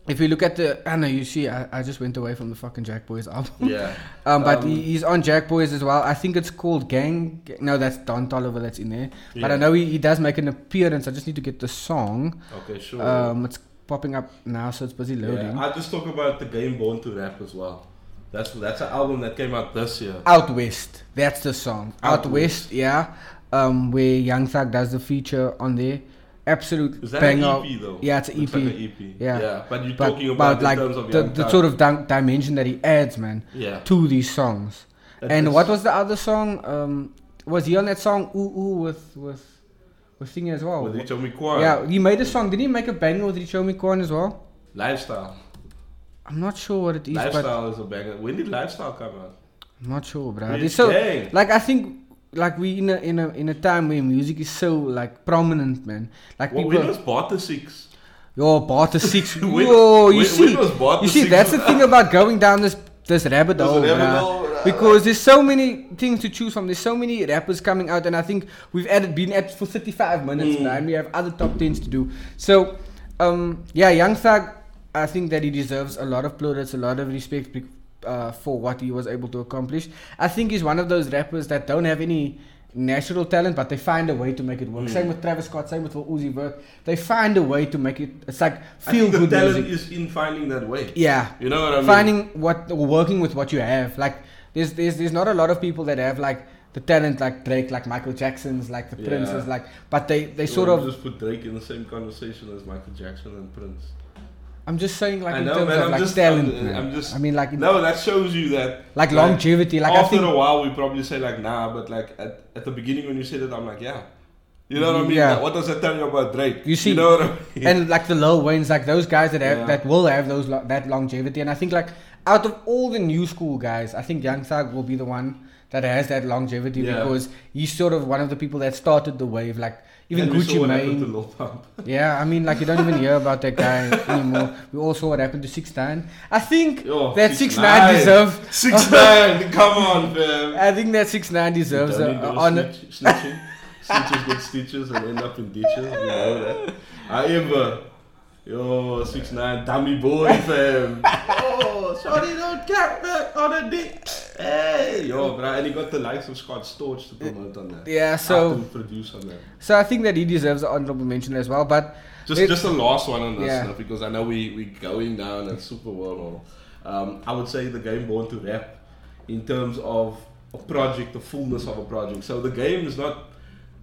Speaker 1: if you look at the, I know you see, I, I just went away from the fucking Jack Boys album.
Speaker 2: Yeah.
Speaker 1: Um, but
Speaker 2: Um,
Speaker 1: he he's on Jack Boys as well. I think it's called Gang. No, that's Don Tolliver that's in there. But I
Speaker 2: Yeah.
Speaker 1: know he, he does make an appearance. I just need to get the song.
Speaker 2: Okay, sure.
Speaker 1: Um, it's popping up now, so it's busy loading.
Speaker 2: Yeah, I just talk about the game Born to Rap as well. That's that's an album that came out this year.
Speaker 1: Out West. That's the song. Out,
Speaker 2: Out
Speaker 1: West. Yeah. Um, where Young Thug does the feature on there. Absolute
Speaker 2: Is that
Speaker 1: banger.
Speaker 2: an EP though?
Speaker 1: Yeah, it's an
Speaker 2: Looks
Speaker 1: EP.
Speaker 2: like an EP.
Speaker 1: Yeah.
Speaker 2: but you're
Speaker 1: But,
Speaker 2: talking about
Speaker 1: but
Speaker 2: in
Speaker 1: like
Speaker 2: terms of
Speaker 1: the,
Speaker 2: Young
Speaker 1: the
Speaker 2: Thug.
Speaker 1: sort of di- dimension that he adds, man,
Speaker 2: yeah.
Speaker 1: to these songs.
Speaker 2: That
Speaker 1: and
Speaker 2: is-
Speaker 1: what was the other song? Um, was he on that song Ooh Ooh with with with Thingy as well?
Speaker 2: with Richo Mikwan.
Speaker 1: Oh. yeah, he made a song. Did he make a banger with Richo Mikorn as well?
Speaker 2: Lifestyle.
Speaker 1: I'm not sure what it is, but
Speaker 2: Lifestyle is a banger. When did Lifestyle come out?
Speaker 1: I'm not sure, bruh.
Speaker 2: Rich
Speaker 1: It's so
Speaker 2: Gang.
Speaker 1: like I think like we in a in a in a time where music is so like prominent, man. Like
Speaker 2: Well, when
Speaker 1: people,
Speaker 2: was Barter Six?
Speaker 1: yo, Barter Six,
Speaker 2: When-
Speaker 1: yo, you
Speaker 2: when-
Speaker 1: see,
Speaker 2: when was Barter
Speaker 1: you see,
Speaker 2: Six
Speaker 1: that's the
Speaker 2: was
Speaker 1: thing about going down this this rabbit
Speaker 2: This
Speaker 1: hole,
Speaker 2: rabbit
Speaker 1: bruh.
Speaker 2: hole, bruh.
Speaker 1: Because there's so many things to choose from. There's so many rappers coming out, and I think we've added been at for 35 minutes
Speaker 2: Mm.
Speaker 1: now, and we have other top tens to do. So, um, yeah, Young Thug, I think that he deserves a lot of plaudits, a lot of respect bec- uh, for what he was able to accomplish. I think he's one of those rappers that don't have any natural talent, but they find a way to make it work.
Speaker 2: Mm.
Speaker 1: Same with Travis Scott, same with Lil Uzi Vert. They find a way to make it. It's like
Speaker 2: I
Speaker 1: feel
Speaker 2: think the
Speaker 1: good
Speaker 2: talent
Speaker 1: music.
Speaker 2: is in finding that way.
Speaker 1: yeah,
Speaker 2: You know what I mean?
Speaker 1: finding what or working with what you have. Like there's there's there's not a lot of people that have like the talent like Drake, like Michael Jackson's, like the
Speaker 2: Yeah.
Speaker 1: Prince's, like but they they
Speaker 2: Well,
Speaker 1: sort
Speaker 2: you
Speaker 1: of.
Speaker 2: just put Drake in the same conversation as Michael Jackson and Prince.
Speaker 1: I'm just saying like
Speaker 2: I
Speaker 1: in
Speaker 2: know,
Speaker 1: terms
Speaker 2: man,
Speaker 1: of
Speaker 2: I'm
Speaker 1: like
Speaker 2: just-
Speaker 1: talent.
Speaker 2: I'm-
Speaker 1: man. i
Speaker 2: I'm just-
Speaker 1: mean like in-
Speaker 2: No, that shows you that
Speaker 1: like longevity. Like I
Speaker 2: after
Speaker 1: think
Speaker 2: a while, we probably say like nah, but like at, at the beginning when you said it, I'm like yeah, you know what I mean?
Speaker 1: Yeah.
Speaker 2: Like, what does that tell you about Drake?
Speaker 1: You see-
Speaker 2: know what I mean?
Speaker 1: and like the Lil Wayne's, like those guys that have,
Speaker 2: Yeah.
Speaker 1: that will have those lo- that longevity. And I think like out of all the new school guys, I think Young Thug will be the one that has that longevity
Speaker 2: Yeah.
Speaker 1: because he's sort of one of the people that started the wave. Like even
Speaker 2: And we saw
Speaker 1: Gucci
Speaker 2: what happened to
Speaker 1: Mane.
Speaker 2: Lil Pump.
Speaker 1: Yeah, I mean, like you don't even hear about that guy anymore. We all saw what happened to Six Nine. I think
Speaker 2: Yo,
Speaker 1: that Six Nine
Speaker 2: 6ix9ine.
Speaker 1: deserves.
Speaker 2: Oh, Six nine, come on, fam.
Speaker 1: I think that Six Nine deserves a,
Speaker 2: Don't
Speaker 1: a
Speaker 2: endorse
Speaker 1: honor.
Speaker 2: snitch- snitching. Snitches get stitches and end up in ditches. You know that. However, yo, six nine, dummy boy, fam. oh, sorry, don't get back on a dick. Hey, yo, bro, and he got the likes of Scott Storch to promote on that.
Speaker 1: Yeah, so
Speaker 2: to produce on that.
Speaker 1: so I think that he deserves an honorable mention as well. But
Speaker 2: Just,
Speaker 1: It-
Speaker 2: just the last one on this
Speaker 1: Yeah.
Speaker 2: stuff because I know we we going down a super wormhole. Um, I would say the game born to rap in terms of a project, the fullness of a project. So the game is not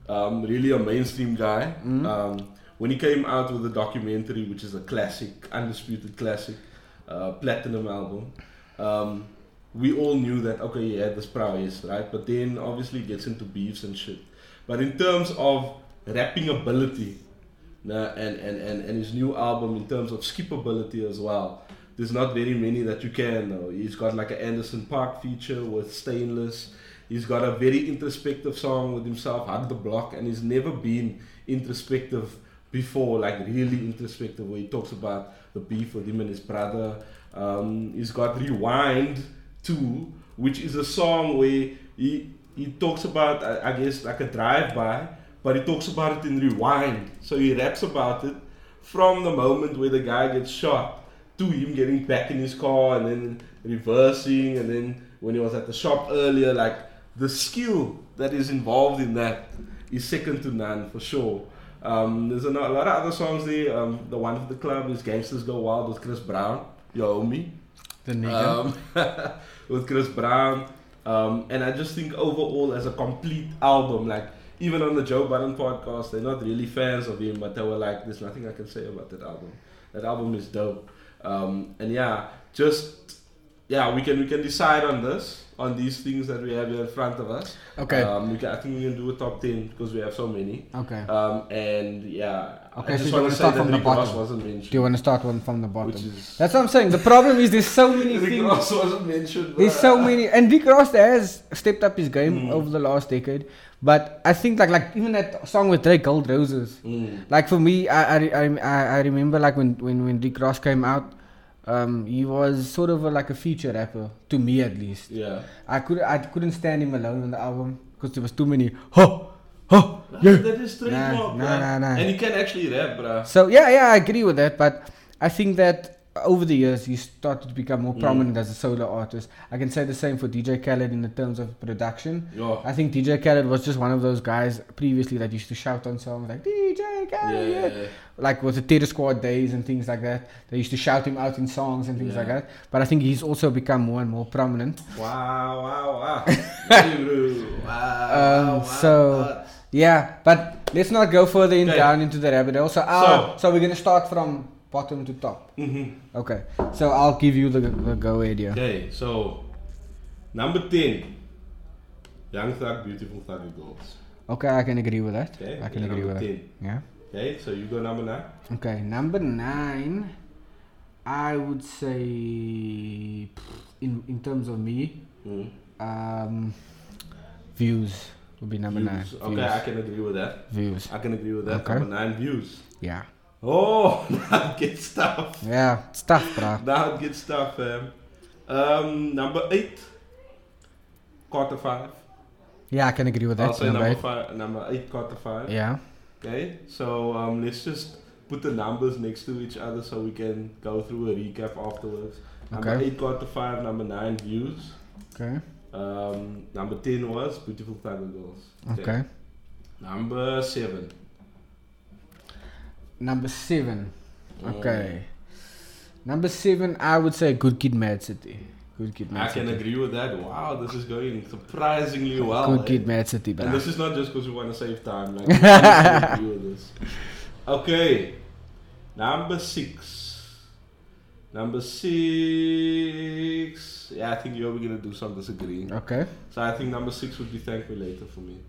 Speaker 2: um, really a mainstream guy.
Speaker 1: Mm-hmm.
Speaker 2: Um, when he came out with the documentary, which is a classic, undisputed classic, uh, platinum album, um, we all knew that okay, he had this prowess, right? But then obviously he gets into beefs and shit. But in terms of rapping ability, Nah, and, and, and, and his new album in terms of skippability as well. There's not very many that you can know. He's got like an Anderson Park feature with Stainless. He's got a very introspective song with himself, Hug the Block, and he's never been introspective before, like really introspective, where he talks about the beef with him and his brother. Um, he's got Rewind too, which is a song where he, he talks about, I, I guess, like a drive-by, but he talks about it in rewind. So he raps about it from the moment where the guy gets shot to him getting back in his car and then reversing and then when he was at the shop earlier, like the skill that is involved in that is second to none for sure. Um, there's a lot a lot of other songs there. Um, the one for the club is Gangsters Go Wild with Chris Brown, your homie
Speaker 1: the nigga.
Speaker 2: um, with Chris Brown. Um, and I just think overall, as a complete album, like even on the Joe Budden podcast, they're not really fans of him, but they were like, "There's nothing I can say about that album. That album is dope." Um, and yeah, just yeah, we can we can decide on this on these things that we have here in front of us.
Speaker 1: Okay.
Speaker 2: Um, we can, I think we can do a top ten because we have so many.
Speaker 1: okay.
Speaker 2: Um, and yeah,
Speaker 1: Okay,
Speaker 2: I
Speaker 1: so
Speaker 2: just
Speaker 1: you
Speaker 2: want
Speaker 1: wanna
Speaker 2: to say
Speaker 1: start
Speaker 2: that
Speaker 1: from the
Speaker 2: Rick Ross
Speaker 1: bottom?
Speaker 2: wasn't
Speaker 1: Do you
Speaker 2: mentioned.
Speaker 1: want to start one from the bottom?
Speaker 2: Which is
Speaker 1: That's what I'm saying. The problem is there's so many
Speaker 2: Rick
Speaker 1: things.
Speaker 2: Ross wasn't mentioned.
Speaker 1: There's
Speaker 2: bruh.
Speaker 1: so many, and Rick Ross has stepped up his game over the last decade. But I think like like even that song with Drake, Gold Roses.
Speaker 2: Mm.
Speaker 1: Like for me, I I, re- I, I- I remember like when, when, when Rick Ross came out, um, he was sort of a, like a feature rapper to me at least.
Speaker 2: Yeah.
Speaker 1: I could I couldn't stand him alone on the album because there was too many ho oh, yeah.
Speaker 2: That is trademark,
Speaker 1: Nah,
Speaker 2: bruh.
Speaker 1: nah, nah, nah.
Speaker 2: And he can actually rap, bruh.
Speaker 1: So yeah, yeah, I agree with that, but I think that over the years he started to become more
Speaker 2: Mm.
Speaker 1: prominent as a solo artist. I can say the same for DJ Khaled in the terms of production.
Speaker 2: Yo.
Speaker 1: I think DJ Khaled was just one of those guys previously that used to shout on songs like DJ
Speaker 2: Yeah,
Speaker 1: Khaled,
Speaker 2: yeah, yeah.
Speaker 1: like with the Terror Squad days and things like that. They used to shout him out in songs and things
Speaker 2: Yeah.
Speaker 1: like that. But I think he's also become more and more prominent.
Speaker 2: Wow, wow, wow. Hey, bro. Wow,
Speaker 1: Um,
Speaker 2: wow,
Speaker 1: so-
Speaker 2: wow.
Speaker 1: Yeah, but let's not go further in
Speaker 2: Okay.
Speaker 1: down into the rabbit hole. So, uh, so,
Speaker 2: So-
Speaker 1: we're gonna start from bottom to top.
Speaker 2: Mhm.
Speaker 1: Okay, so I'll give you the, the go idea.
Speaker 2: Okay, so number 10 Young Thug, Beautiful Thug and Girls.
Speaker 1: Okay, I can agree with that.
Speaker 2: Okay,
Speaker 1: I can
Speaker 2: you're
Speaker 1: agree with
Speaker 2: number
Speaker 1: that.
Speaker 2: 10.
Speaker 1: Yeah.
Speaker 2: Okay, so you go number 9.
Speaker 1: Okay, number nine, I would say, in in terms of me,
Speaker 2: Mm.
Speaker 1: um, views would be number
Speaker 2: Views.
Speaker 1: nine.
Speaker 2: Okay, I can agree with that.
Speaker 1: Views. views.
Speaker 2: I can agree with that.
Speaker 1: Okay.
Speaker 2: Number 9 views.
Speaker 1: Yeah.
Speaker 2: Oh, now it gets tough.
Speaker 1: Yeah. It's tough, bro.
Speaker 2: Now it gets tough, fam. Um, number 8 Quarter 5.
Speaker 1: Yeah, I can agree with that.
Speaker 2: I'll say number,
Speaker 1: eight.
Speaker 2: five, number 8 Quarter 5.
Speaker 1: Yeah.
Speaker 2: Okay, so um, let's just put the numbers next to each other so we can go through a recap afterwards. Number
Speaker 1: Okay.
Speaker 2: eight got the five, number nine views.
Speaker 1: Okay.
Speaker 2: Um, number ten was beautiful Thunder girls.
Speaker 1: Okay.
Speaker 2: Number seven.
Speaker 1: Number seven.
Speaker 2: Mm.
Speaker 1: Okay. Number seven, I would say Good Kid, Mad City. Good Kid, Mad
Speaker 2: I can
Speaker 1: City.
Speaker 2: agree with that. Wow, this is going surprisingly well.
Speaker 1: Good
Speaker 2: eh?
Speaker 1: Kid, Mad City,
Speaker 2: And
Speaker 1: bro.
Speaker 2: this is not just because we want to save time. Like, we honestly agree with this. Okay, number six. Number six. Yeah, I think you're going to do some disagreeing.
Speaker 1: Okay.
Speaker 2: So I think number six would be thank me later for me.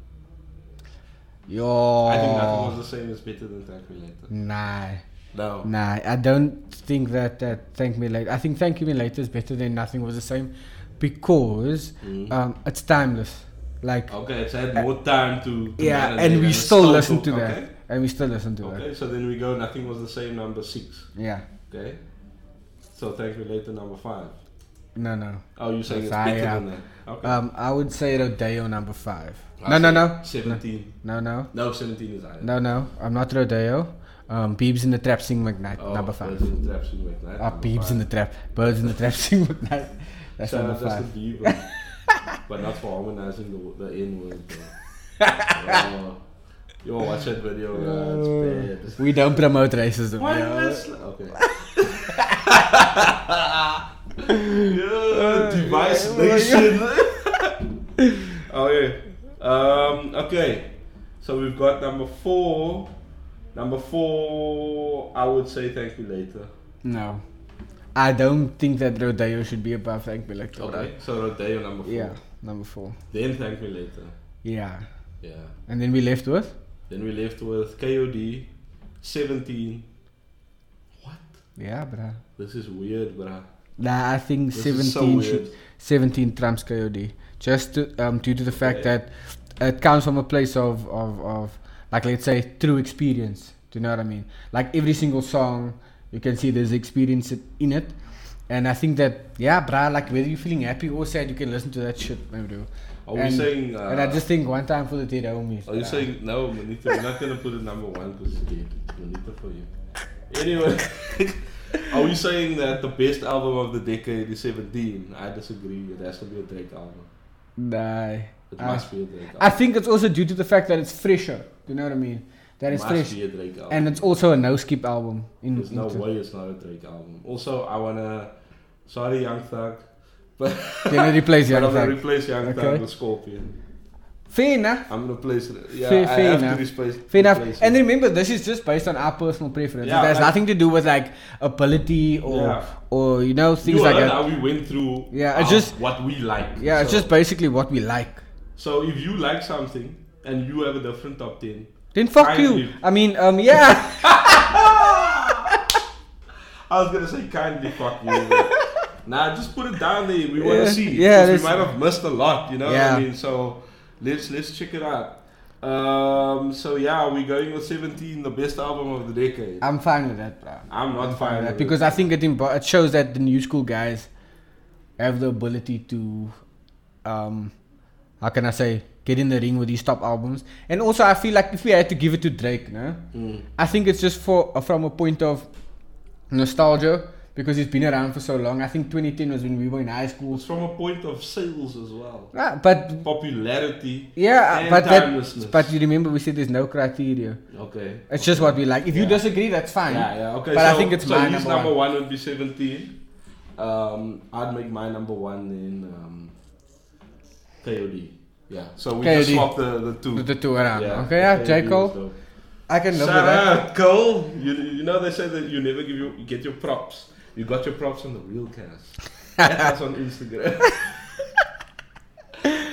Speaker 1: Yo.
Speaker 2: I think nothing was the same is better than thank me later.
Speaker 1: Nah,
Speaker 2: No.
Speaker 1: nah. I don't think that that thank me later. I think thank you me later is better than nothing was the same, because
Speaker 2: Mm.
Speaker 1: um, it's timeless. Like
Speaker 2: Okay, it's had more time to. to
Speaker 1: yeah,
Speaker 2: marinate
Speaker 1: and we
Speaker 2: it's
Speaker 1: still listen
Speaker 2: cool.
Speaker 1: to that,
Speaker 2: Okay.
Speaker 1: and we still listen to
Speaker 2: Okay, so then we go. Nothing was the same. Number six.
Speaker 1: that. Yeah.
Speaker 2: Okay. So thank me later. Number five.
Speaker 1: No, no.
Speaker 2: Oh, you're saying it's
Speaker 1: Fire.
Speaker 2: better than that? Okay.
Speaker 1: Um, I would say Rodeo number five.
Speaker 2: I
Speaker 1: No, no,
Speaker 2: say
Speaker 1: no,
Speaker 2: Seventeen.
Speaker 1: no, no,
Speaker 2: No, seventeen is higher.
Speaker 1: no, no. I'm not Rodeo. Um, Beebs in the trap sing McKnight
Speaker 2: Oh,
Speaker 1: number
Speaker 2: Birds
Speaker 1: five.
Speaker 2: in the trap, should make that.
Speaker 1: Ah,
Speaker 2: number
Speaker 1: Beebs in the
Speaker 2: five.
Speaker 1: trap. Birds in the trap sing McKnight. That's
Speaker 2: Shout
Speaker 1: number
Speaker 2: out Justin
Speaker 1: five.
Speaker 2: Bieber, but not for harmonizing the the N word. bro. Yo, yo, watch that video. man, it's bad.
Speaker 1: We don't promote racism.
Speaker 2: Why
Speaker 1: yo.
Speaker 2: this? Okay. yeah, device nation. okay. Um, okay. So we've got number four. Number four, I would say thank you later.
Speaker 1: No. I don't think that Rodeo should be above Thank Me Later. bro.
Speaker 2: Okay. So Rodeo number four.
Speaker 1: Yeah, number four.
Speaker 2: Then thank me later.
Speaker 1: Yeah.
Speaker 2: Yeah.
Speaker 1: And then we left with?
Speaker 2: Then we left with KOD, 17. What?
Speaker 1: Yeah, bruh.
Speaker 2: This is weird, bruh.
Speaker 1: Nah, I think
Speaker 2: This
Speaker 1: 17
Speaker 2: is so weird.
Speaker 1: should. 17 trumps KOD. Just to, um, due to the fact
Speaker 2: Okay.
Speaker 1: that it comes from a place of, of, of, like, let's say, true experience. Do you know what I mean? Like, every single song, you can see there's experience it- in it. And I think that, yeah, bruh, like, whether you're feeling happy or sad, you can listen to that shit, man, bro.
Speaker 2: Are
Speaker 1: And-
Speaker 2: we saying? Uh,
Speaker 1: and I just think one time for the dead homies.
Speaker 2: Are you
Speaker 1: bruh.
Speaker 2: saying no, Manita? We're not gonna put it number one because it's dead. Manita for you. Anyway, are we saying that the best album of the decade is 17? I disagree. It has to be a Drake album.
Speaker 1: Nah.
Speaker 2: It
Speaker 1: I-
Speaker 2: must be a Drake
Speaker 1: I
Speaker 2: album.
Speaker 1: think it's also due to the fact that it's fresher. Do you know what I mean? That
Speaker 2: It
Speaker 1: it's
Speaker 2: must
Speaker 1: fresh,
Speaker 2: be a Drake album.
Speaker 1: and it's also a no skip album. In,
Speaker 2: There's no
Speaker 1: into-
Speaker 2: way it's not a Drake album. Also, I wanna. Sorry, Young Thug. But
Speaker 1: Can I replace
Speaker 2: But
Speaker 1: Young
Speaker 2: I'm gonna
Speaker 1: Thug?
Speaker 2: replace Young
Speaker 1: Okay.
Speaker 2: Thug with Scorpion.
Speaker 1: Fair enough.
Speaker 2: I'm gonna place it. Yeah,
Speaker 1: Fair-
Speaker 2: I
Speaker 1: fair
Speaker 2: have
Speaker 1: enough.
Speaker 2: to replace.
Speaker 1: Fair enough.
Speaker 2: replace
Speaker 1: And
Speaker 2: it.
Speaker 1: remember, this is just based on our personal preference.
Speaker 2: Yeah,
Speaker 1: it has
Speaker 2: like-
Speaker 1: nothing to do with like ability or
Speaker 2: Yeah.
Speaker 1: or you know things
Speaker 2: you
Speaker 1: like
Speaker 2: heard
Speaker 1: that.
Speaker 2: how we went through.
Speaker 1: Yeah, it's
Speaker 2: our-
Speaker 1: just-
Speaker 2: what we like.
Speaker 1: Yeah, it's
Speaker 2: So-
Speaker 1: just basically what we like.
Speaker 2: So if you like something and you have a different top ten,
Speaker 1: Then fuck
Speaker 2: Kind
Speaker 1: you.
Speaker 2: you.
Speaker 1: I mean, um, yeah.
Speaker 2: I was gonna say kindly fuck you. but nah, just put it down there. We want
Speaker 1: Yeah,
Speaker 2: to see.
Speaker 1: yeah,
Speaker 2: 'cause
Speaker 1: that's-
Speaker 2: we might have missed a lot. You know
Speaker 1: Yeah.
Speaker 2: what I mean? So let's let's check it out. Um, so yeah, we're going with 17, the best album of the decade.
Speaker 1: I'm fine with that, bro.
Speaker 2: I'm not fine with
Speaker 1: because I think it, imbo- it shows that the new school guys have the ability to, um, how can I say, get in the ring with his top albums. And also, I feel like if we had to give it to Drake, no,
Speaker 2: Mm.
Speaker 1: I think it's just for uh, from a point of nostalgia because he's been around for so long. I think 2010 was when we were in high school.
Speaker 2: It's from a point of sales as well.
Speaker 1: Ah, but
Speaker 2: Popularity.
Speaker 1: yeah,
Speaker 2: And
Speaker 1: but
Speaker 2: timelessness.
Speaker 1: that, but you remember we said there's no criteria.
Speaker 2: Okay.
Speaker 1: It's just what we like. If you
Speaker 2: Yeah.
Speaker 1: disagree, that's fine.
Speaker 2: Yeah, yeah. Okay.
Speaker 1: But I
Speaker 2: so-
Speaker 1: think it's
Speaker 2: so
Speaker 1: my
Speaker 2: his
Speaker 1: number
Speaker 2: number one. would be seventeen. Um, I'd make my number one in um, KOD. Yeah. So we just
Speaker 1: KOD.
Speaker 2: swap the, the two.
Speaker 1: The- the two around. Okay,
Speaker 2: the
Speaker 1: yeah,
Speaker 2: KOD
Speaker 1: J.
Speaker 2: is
Speaker 1: Cole.
Speaker 2: dope.
Speaker 1: I can live with
Speaker 2: Shout
Speaker 1: that.
Speaker 2: out, Cole. You, you know they say that you never give your, you get your props. You got your props on the real cast. At us on Instagram.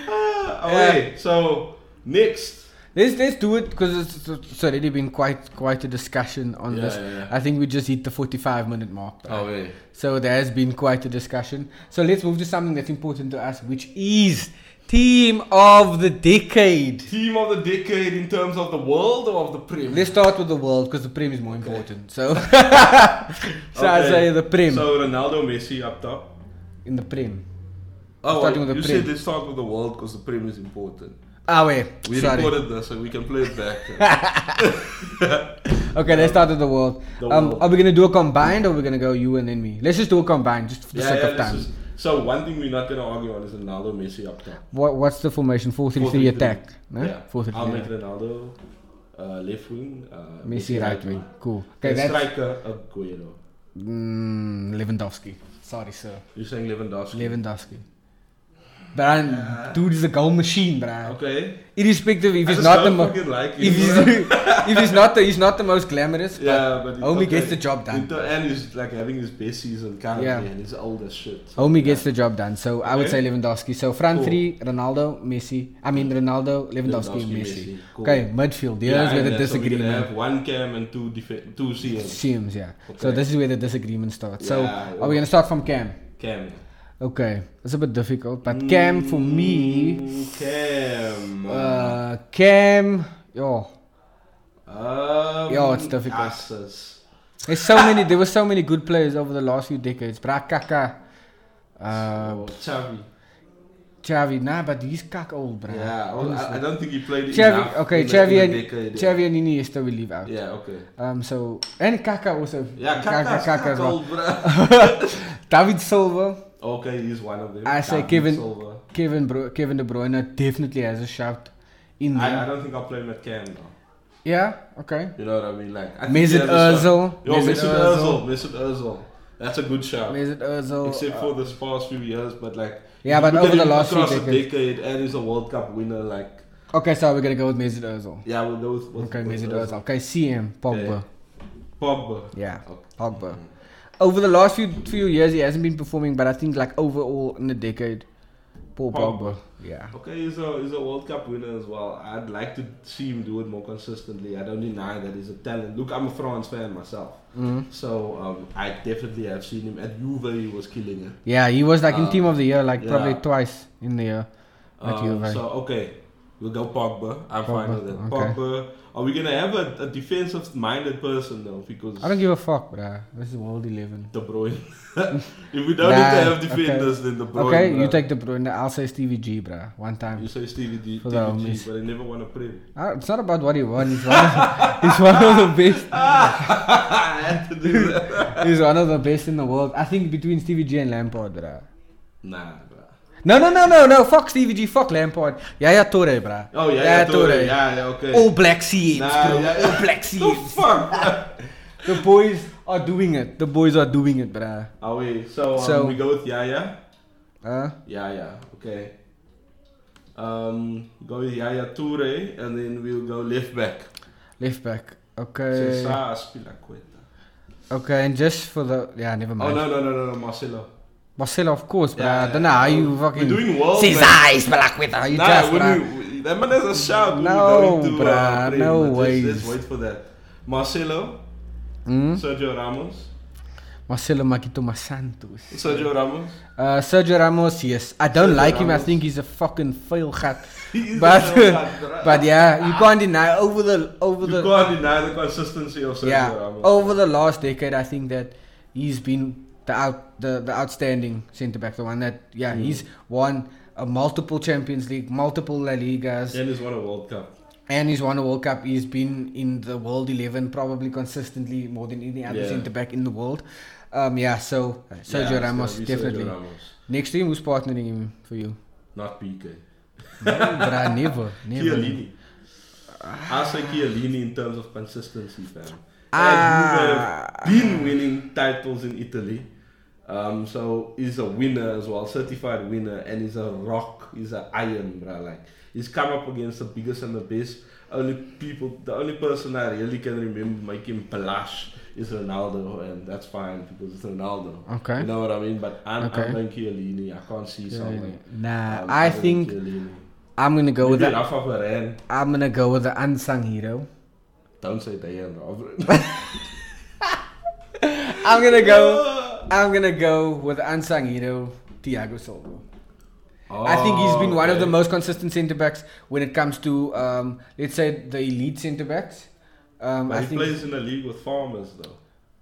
Speaker 2: Ah, okay. So next.
Speaker 1: Let's let's do it because it's, it's already been quite quite a discussion on
Speaker 2: Yeah,
Speaker 1: this.
Speaker 2: yeah, yeah.
Speaker 1: I think we just hit the forty-five minute mark.
Speaker 2: yeah.
Speaker 1: So there has been quite a discussion. So let's move to something that's important to us, which is team of the decade.
Speaker 2: Team of the decade in terms of the world or of the Prem?
Speaker 1: Let's start with the world because the prem is more important. So, so I'd
Speaker 2: Okay.
Speaker 1: say the prem
Speaker 2: So Ronaldo, Messi up top.
Speaker 1: in the prem.
Speaker 2: Oh,
Speaker 1: Starting with
Speaker 2: wait,
Speaker 1: the
Speaker 2: you
Speaker 1: Prem.
Speaker 2: said let's start with the world because the Prem is important.
Speaker 1: Ah wait,
Speaker 2: We
Speaker 1: sorry.
Speaker 2: recorded this so we can play it back.
Speaker 1: Okay, let's start with the world.
Speaker 2: The
Speaker 1: um,
Speaker 2: world.
Speaker 1: Are we gonna do a combined or we are gonna go you and then me? Let's just do a combined just for the
Speaker 2: yeah,
Speaker 1: sake
Speaker 2: yeah,
Speaker 1: of
Speaker 2: this
Speaker 1: time.
Speaker 2: is- so one thing we're not going to argue on is Ronaldo, Messi up top.
Speaker 1: What, what's the formation? 4-3-3 attack. No?
Speaker 2: Yeah.
Speaker 1: 4-3-3.
Speaker 2: I'll make Ronaldo uh, left wing. Uh,
Speaker 1: Messi right wing. Cool. Okay,
Speaker 2: Okay,
Speaker 1: that's
Speaker 2: striker Aguero.
Speaker 1: mm, Lewandowski. Sorry, sir.
Speaker 2: You're saying Lewandowski.
Speaker 1: Lewandowski. Brian, dude is a goal machine, Brian.
Speaker 2: Okay.
Speaker 1: Irrespective if
Speaker 2: I
Speaker 1: he's
Speaker 2: just
Speaker 1: not the
Speaker 2: don't
Speaker 1: mo-
Speaker 2: fucking like him.
Speaker 1: if he's if he's not the he's not the most glamorous. but
Speaker 2: yeah, but he-
Speaker 1: Homie gets the job done.
Speaker 2: In ter- and he's like having his best season currently,
Speaker 1: Yeah.
Speaker 2: and he's old as shit.
Speaker 1: Homie gets the job done. So I would
Speaker 2: Okay.
Speaker 1: say Lewandowski. So front
Speaker 2: Cool.
Speaker 1: three, Ronaldo, Messi. I mean Ronaldo, Lewandowski,
Speaker 2: Lewandowski,
Speaker 1: Messi.
Speaker 2: Messi. Cool.
Speaker 1: Okay, midfield. Here's where
Speaker 2: and
Speaker 1: the
Speaker 2: that's- so we're gonna
Speaker 1: disagreement.
Speaker 2: have one cam and two def- two CMs.
Speaker 1: Seems, yeah. So
Speaker 2: Okay.
Speaker 1: this is where the disagreement starts. So
Speaker 2: Yeah,
Speaker 1: are we gonna start from Cam?
Speaker 2: Cam.
Speaker 1: Okay, it's a bit difficult, but Cam for me,
Speaker 2: Mm, Cam.
Speaker 1: uh, Cam, yo,
Speaker 2: um,
Speaker 1: yeah, it's difficult.
Speaker 2: Asses.
Speaker 1: there's so many. There were so many good players over the last few decades. Bra Kaka, uh,
Speaker 2: Or Oh, Xavi.
Speaker 1: Xavi, nah, but he's kak old, bro.
Speaker 2: Yeah, well, I, I don't think he played
Speaker 1: Xavi,
Speaker 2: enough
Speaker 1: okay,
Speaker 2: in the-
Speaker 1: Xavi
Speaker 2: in
Speaker 1: and
Speaker 2: the decade, yeah.
Speaker 1: Xavi and Iniesta we leave out.
Speaker 2: Yeah, okay.
Speaker 1: Um, so and Kaka also.
Speaker 2: Yeah, Kaka's
Speaker 1: Kaka as well.
Speaker 2: old, bruh.
Speaker 1: David Silva,
Speaker 2: Okay, he's one of them.
Speaker 1: I say
Speaker 2: David
Speaker 1: Kevin-
Speaker 2: Silva.
Speaker 1: Kevin Bru- Kevin De Bruyne definitely has a shout in there.
Speaker 2: I, I don't think I'll play him at Cam now.
Speaker 1: yeah. Okay.
Speaker 2: You know what I mean? Like I think
Speaker 1: Mesut
Speaker 2: the other stuff-
Speaker 1: Ozil.
Speaker 2: Yo, Mesut Ozil. Mesut Ozil. That's a good shout.
Speaker 1: Mesut Ozil.
Speaker 2: Except for this past few years, but like
Speaker 1: Yeah,
Speaker 2: if
Speaker 1: but
Speaker 2: you look
Speaker 1: over
Speaker 2: at
Speaker 1: the
Speaker 2: him
Speaker 1: last few
Speaker 2: across a
Speaker 1: decades.
Speaker 2: decade, and he's a World Cup winner. Like
Speaker 1: Okay, so we're gonna go with Mesut Ozil.
Speaker 2: yeah, we'll go with, with
Speaker 1: Okay,
Speaker 2: with
Speaker 1: Mesut
Speaker 2: Ozil.
Speaker 1: Ozil. Okay, CM Pogba.
Speaker 2: Pogba.
Speaker 1: Yeah,
Speaker 2: Okay.
Speaker 1: Pogba. Over the last few few years, he hasn't been performing, but I think like overall in the decade, Paul Pogba.
Speaker 2: Pogba.
Speaker 1: Yeah.
Speaker 2: Okay, he's a he's a World Cup winner as well. I'd like to see him do it more consistently. I don't deny that he's a talent. Look, I'm a France fan myself,
Speaker 1: Mm-hmm.
Speaker 2: so um, I definitely have seen him at Juve. He was killing it.
Speaker 1: Yeah, he was like in Team of the Year, like probably
Speaker 2: yeah.
Speaker 1: twice in the year. At
Speaker 2: Um,
Speaker 1: Juve.
Speaker 2: So okay, we'll go Pogba. I'm fine
Speaker 1: Pogba,
Speaker 2: with it.
Speaker 1: okay.
Speaker 2: Pogba. Are we gonna have a, a defensive-minded person though? Because
Speaker 1: I don't give a fuck, bruh. This is World Eleven.
Speaker 2: De Bruyne. if we don't
Speaker 1: Nah,
Speaker 2: need to have
Speaker 1: okay.
Speaker 2: defenders, then De Bruyne.
Speaker 1: okay, you
Speaker 2: bruh.
Speaker 1: take the Bruyne. I'll say Stevie G, bruh. One time.
Speaker 2: You say Stevie D,
Speaker 1: For
Speaker 2: Stevie
Speaker 1: the
Speaker 2: G,
Speaker 1: homies.
Speaker 2: but I never want to play.
Speaker 1: Ah, it's not about what he won. He's one. Of, he's one of the best.
Speaker 2: I had to do that.
Speaker 1: He's one of the best in the world. I think between Stevie G and Lampard, bruh.
Speaker 2: nah, bruh.
Speaker 1: No, no, no, no, no. Fuck Stevie G. Fuck Lampard. Yaya Torre, bruh.
Speaker 2: Oh yeah, yeah, Torre. Yeah, yeah, okay.
Speaker 1: All black CMs,
Speaker 2: Nah,
Speaker 1: bro.
Speaker 2: yeah.
Speaker 1: All black
Speaker 2: the
Speaker 1: CMs.
Speaker 2: fuck?
Speaker 1: the boys are doing it. The boys are doing it, bruh.
Speaker 2: Are we? So, um,
Speaker 1: So-
Speaker 2: we go with Yaya.
Speaker 1: Huh?
Speaker 2: Yaya, okay. Um, go with Yaya Toure, and then we'll go left back.
Speaker 1: Left back. Okay.
Speaker 2: Cesar Aspilicueta.
Speaker 1: Okay, and just for the yeah, never
Speaker 2: Oh
Speaker 1: mind.
Speaker 2: no, no, no, no, no, Marcelo.
Speaker 1: Marcelo, of course, bruh.
Speaker 2: Yeah,
Speaker 1: I don't
Speaker 2: yeah,
Speaker 1: know how
Speaker 2: yeah.
Speaker 1: you fucking.
Speaker 2: We're doing well,
Speaker 1: Cesar
Speaker 2: man.
Speaker 1: Azpilicueta, How you
Speaker 2: Nah,
Speaker 1: just,
Speaker 2: when
Speaker 1: bruh.
Speaker 2: we, that man has a shout. when
Speaker 1: No,
Speaker 2: we're going to,
Speaker 1: bruh,
Speaker 2: uh, play,
Speaker 1: no
Speaker 2: but let's-
Speaker 1: ways.
Speaker 2: Let's wait for that. Marcelo,
Speaker 1: Hmm?
Speaker 2: Sergio Ramos,
Speaker 1: Marcelo Maquito Santos.
Speaker 2: Sergio Ramos.
Speaker 1: Uh, Sergio Ramos, yes. I don't
Speaker 2: Sergio
Speaker 1: like him. I
Speaker 2: Ramos.
Speaker 1: think he's a fucking fail gat.
Speaker 2: He is
Speaker 1: But
Speaker 2: a real cat, bruh.
Speaker 1: but yeah, you can't deny over the over
Speaker 2: you
Speaker 1: the
Speaker 2: can't deny the consistency of Sergio
Speaker 1: yeah Oh,
Speaker 2: Ramos.
Speaker 1: over the last decade. I think that
Speaker 2: Mm.
Speaker 1: he's been the out the, the outstanding centre back, the one that yeah he's won a multiple Champions League, multiple La Ligas,
Speaker 2: Dennis won a World Cup.
Speaker 1: and he's won a World Cup. He's been in the World 11 probably consistently more than any other
Speaker 2: Yeah.
Speaker 1: centre back in the world. Um, yeah, so
Speaker 2: Yeah,
Speaker 1: Sergio
Speaker 2: it's
Speaker 1: Ramos,
Speaker 2: gonna be
Speaker 1: definitely.
Speaker 2: Sergio Ramos.
Speaker 1: Next to him, who's partnering him for you?
Speaker 2: Not PK.
Speaker 1: no, but I never, never.
Speaker 2: Chiellini. I say Chiellini in terms of consistency, fam.
Speaker 1: Ah.
Speaker 2: And you have been winning titles in Italy. Um, so he's a winner as well, certified winner, and he's a rock, he's an iron, bruh. Like he's come up against the biggest and the best. Only people, the only person I really can remember making palash is Ronaldo, and that's fine because it's Ronaldo.
Speaker 1: Okay.
Speaker 2: You know what I mean? But I'm,
Speaker 1: Okay.
Speaker 2: I'm going Chiellini. I can't see someone.
Speaker 1: Nah,
Speaker 2: um,
Speaker 1: I
Speaker 2: other than
Speaker 1: think
Speaker 2: Chiellini.
Speaker 1: I'm gonna go with
Speaker 2: Maybe
Speaker 1: the,
Speaker 2: Rafa Varane.
Speaker 1: I'm gonna go with the unsung hero.
Speaker 2: Don't say Diane Robert.
Speaker 1: I'm gonna go. I'm gonna go with the unsung hero, Thiago Silva.
Speaker 2: Oh,
Speaker 1: I think he's been one of the most consistent centre backs when it comes to, um, let's say, the elite centre backs. Um, I
Speaker 2: he
Speaker 1: think,
Speaker 2: plays in a league with farmers though.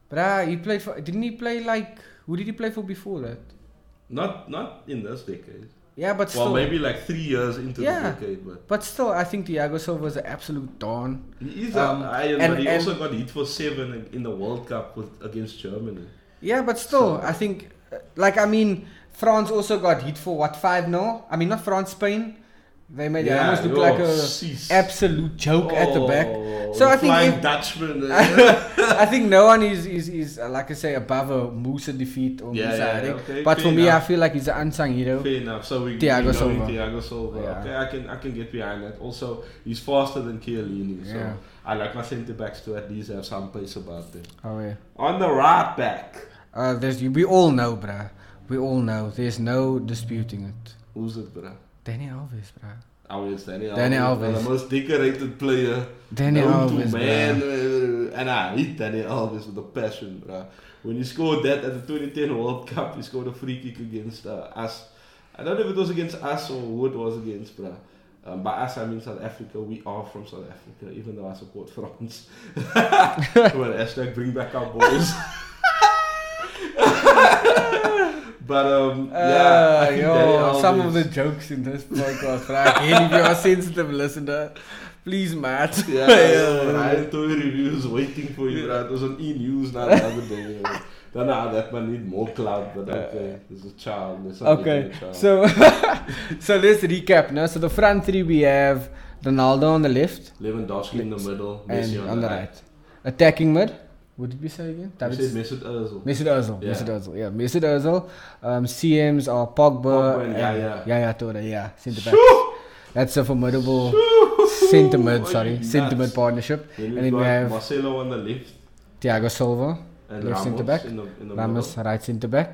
Speaker 1: but uh, he played for. Didn't he play like? Who did he play for before that?
Speaker 2: Not not in this decade.
Speaker 1: Yeah, but
Speaker 2: well,
Speaker 1: still.
Speaker 2: maybe like three years into
Speaker 1: Yeah.
Speaker 2: the decade, but
Speaker 1: But still, I think Thiago Silva is an absolute don.
Speaker 2: he is
Speaker 1: Um,
Speaker 2: a iron.
Speaker 1: and-
Speaker 2: but he
Speaker 1: and-
Speaker 2: also got hit for seven in- in the World Cup with against Germany.
Speaker 1: Yeah, but still, I think, uh, like, I mean, France also got hit for what five? No, I mean not France, Spain. They made it almost look
Speaker 2: yo,
Speaker 1: like a
Speaker 2: cease.
Speaker 1: absolute joke at the back.
Speaker 2: Oh,
Speaker 1: So
Speaker 2: the
Speaker 1: I think
Speaker 2: flying
Speaker 1: if-
Speaker 2: Dutchman. Oh.
Speaker 1: I think no one is, is, is uh, like I say above a Musa defeat or
Speaker 2: Yeah,
Speaker 1: Musa
Speaker 2: yeah,
Speaker 1: headache.
Speaker 2: okay,
Speaker 1: eh? but
Speaker 2: fair
Speaker 1: for me,
Speaker 2: enough.
Speaker 1: I feel like he's an unsung hero.
Speaker 2: Fair enough. So we
Speaker 1: Thiago
Speaker 2: we know
Speaker 1: Silva.
Speaker 2: Thiago Silva.
Speaker 1: Yeah.
Speaker 2: Okay, I can I can get behind that. Also, he's faster than Chiellini, so
Speaker 1: Yeah.
Speaker 2: I like my centre backs to at least have some pace about them.
Speaker 1: Oh yeah,
Speaker 2: On the right back,
Speaker 1: uh, there's we all know, bruh. We all know. There's no disputing it.
Speaker 2: who's it, bruh?
Speaker 1: Danny Alves, bruh.
Speaker 2: Always Danny,
Speaker 1: Danny
Speaker 2: one of
Speaker 1: Alves.
Speaker 2: The most decorated player.
Speaker 1: Danny
Speaker 2: known to
Speaker 1: Alves,
Speaker 2: man,
Speaker 1: bruh.
Speaker 2: uh, and I hate Danny Alves with a passion, bruh. When he scored that at the 2010 World Cup, he scored a free kick against uh, us. I don't know if it was against us or who it was against, bruh. Um, by us, I mean South Africa. We are from South Africa, even though I support France. well, hashtag bring back our boys. but um,
Speaker 1: Uh,
Speaker 2: yeah, I think Danny
Speaker 1: yo, some of
Speaker 2: Alves-
Speaker 1: the jokes in this podcast, bruh. Again, if you're a sensitive listener, please, Matt.
Speaker 2: Yeah, yeah, I had two reviews waiting for you. Right? It was on E News now the other day. you know. Don't know how that man need more clout, but okay, there's a child. There's something
Speaker 1: Okay,
Speaker 2: to the child.
Speaker 1: so so let's recap now. So the front three we have Ronaldo on the left
Speaker 2: Lewandowski in the middle,
Speaker 1: and
Speaker 2: Messi
Speaker 1: on the right. Attacking mid. What did we say again?
Speaker 2: You
Speaker 1: David
Speaker 2: said Mesut Ozil.
Speaker 1: Mesut Ozil,
Speaker 2: Yeah.
Speaker 1: Mesut Ozil, yeah, Mesut Ozil. Um, CMs are Pogba,
Speaker 2: Pogba
Speaker 1: and
Speaker 2: and Yaya.
Speaker 1: Yaya Toure, yeah, centre back.
Speaker 2: Shoo!
Speaker 1: That's a formidable
Speaker 2: Shoo!
Speaker 1: centre mid,
Speaker 2: Are
Speaker 1: sorry,
Speaker 2: you
Speaker 1: centre mid
Speaker 2: nuts?
Speaker 1: partnership.
Speaker 2: Then
Speaker 1: and
Speaker 2: we've
Speaker 1: then we
Speaker 2: got
Speaker 1: have
Speaker 2: Marcelo on the left
Speaker 1: Thiago Silva,
Speaker 2: and
Speaker 1: left centre
Speaker 2: Ramos
Speaker 1: back,
Speaker 2: in the, in the
Speaker 1: Ramos right centre back,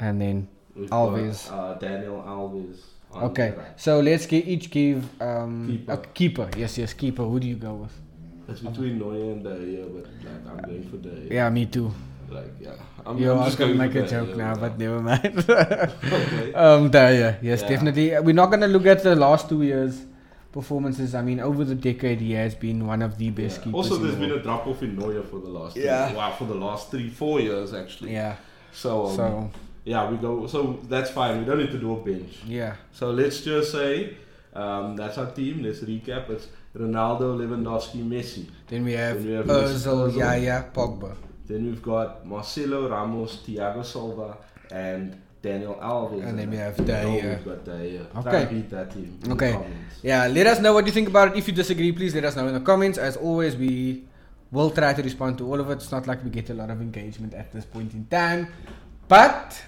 Speaker 1: and then
Speaker 2: middle. We've
Speaker 1: Alves.
Speaker 2: Got, uh, Daniel Alves. on
Speaker 1: okay.
Speaker 2: the right.
Speaker 1: So let's gi- each give um,
Speaker 2: Keeper.
Speaker 1: a keeper. Yes, yes, keeper. Who do you go with?
Speaker 2: It's between Neuer and Dyer, but like I'm going for Dyer.
Speaker 1: Yeah, me too.
Speaker 2: Like yeah, I'm,
Speaker 1: Yo,
Speaker 2: I'm
Speaker 1: I
Speaker 2: just
Speaker 1: can
Speaker 2: going
Speaker 1: make
Speaker 2: for
Speaker 1: a joke
Speaker 2: Dyer,
Speaker 1: now,
Speaker 2: bruh.
Speaker 1: but never mind.
Speaker 2: okay.
Speaker 1: Um, there, yeah, yes,
Speaker 2: Yeah.
Speaker 1: definitely. Uh, We're not going to look at the last two years' performances. I mean, over the decade, he has been one of the best
Speaker 2: Yeah.
Speaker 1: keepers.
Speaker 2: Also,
Speaker 1: in
Speaker 2: there's
Speaker 1: the
Speaker 2: been
Speaker 1: world.
Speaker 2: a drop off in Neuer for the last
Speaker 1: Yeah.
Speaker 2: three, wow for the last three four years actually.
Speaker 1: yeah.
Speaker 2: So, um,
Speaker 1: So
Speaker 2: yeah, we go. So that's fine. We don't need to do a bench.
Speaker 1: yeah,
Speaker 2: So let's just say um, that's our team. Let's recap. It's Ronaldo, Lewandowski, Messi.
Speaker 1: then we have,
Speaker 2: Then we have
Speaker 1: Ozil,
Speaker 2: Ozil.
Speaker 1: Yaya, Pogba.
Speaker 2: Then we've got Marcelo, Ramos, Thiago Silva, and Daniel Alves.
Speaker 1: And then we have
Speaker 2: You know
Speaker 1: Dyer.
Speaker 2: We've got Dyer.
Speaker 1: Okay.
Speaker 2: Try and beat that team. in the
Speaker 1: Okay.
Speaker 2: comments.
Speaker 1: Yeah, let us know what you think about it. If you disagree, please let us know in the comments. As always, we will try to respond to all of it. It's not like we get a lot of engagement at this point in time, but.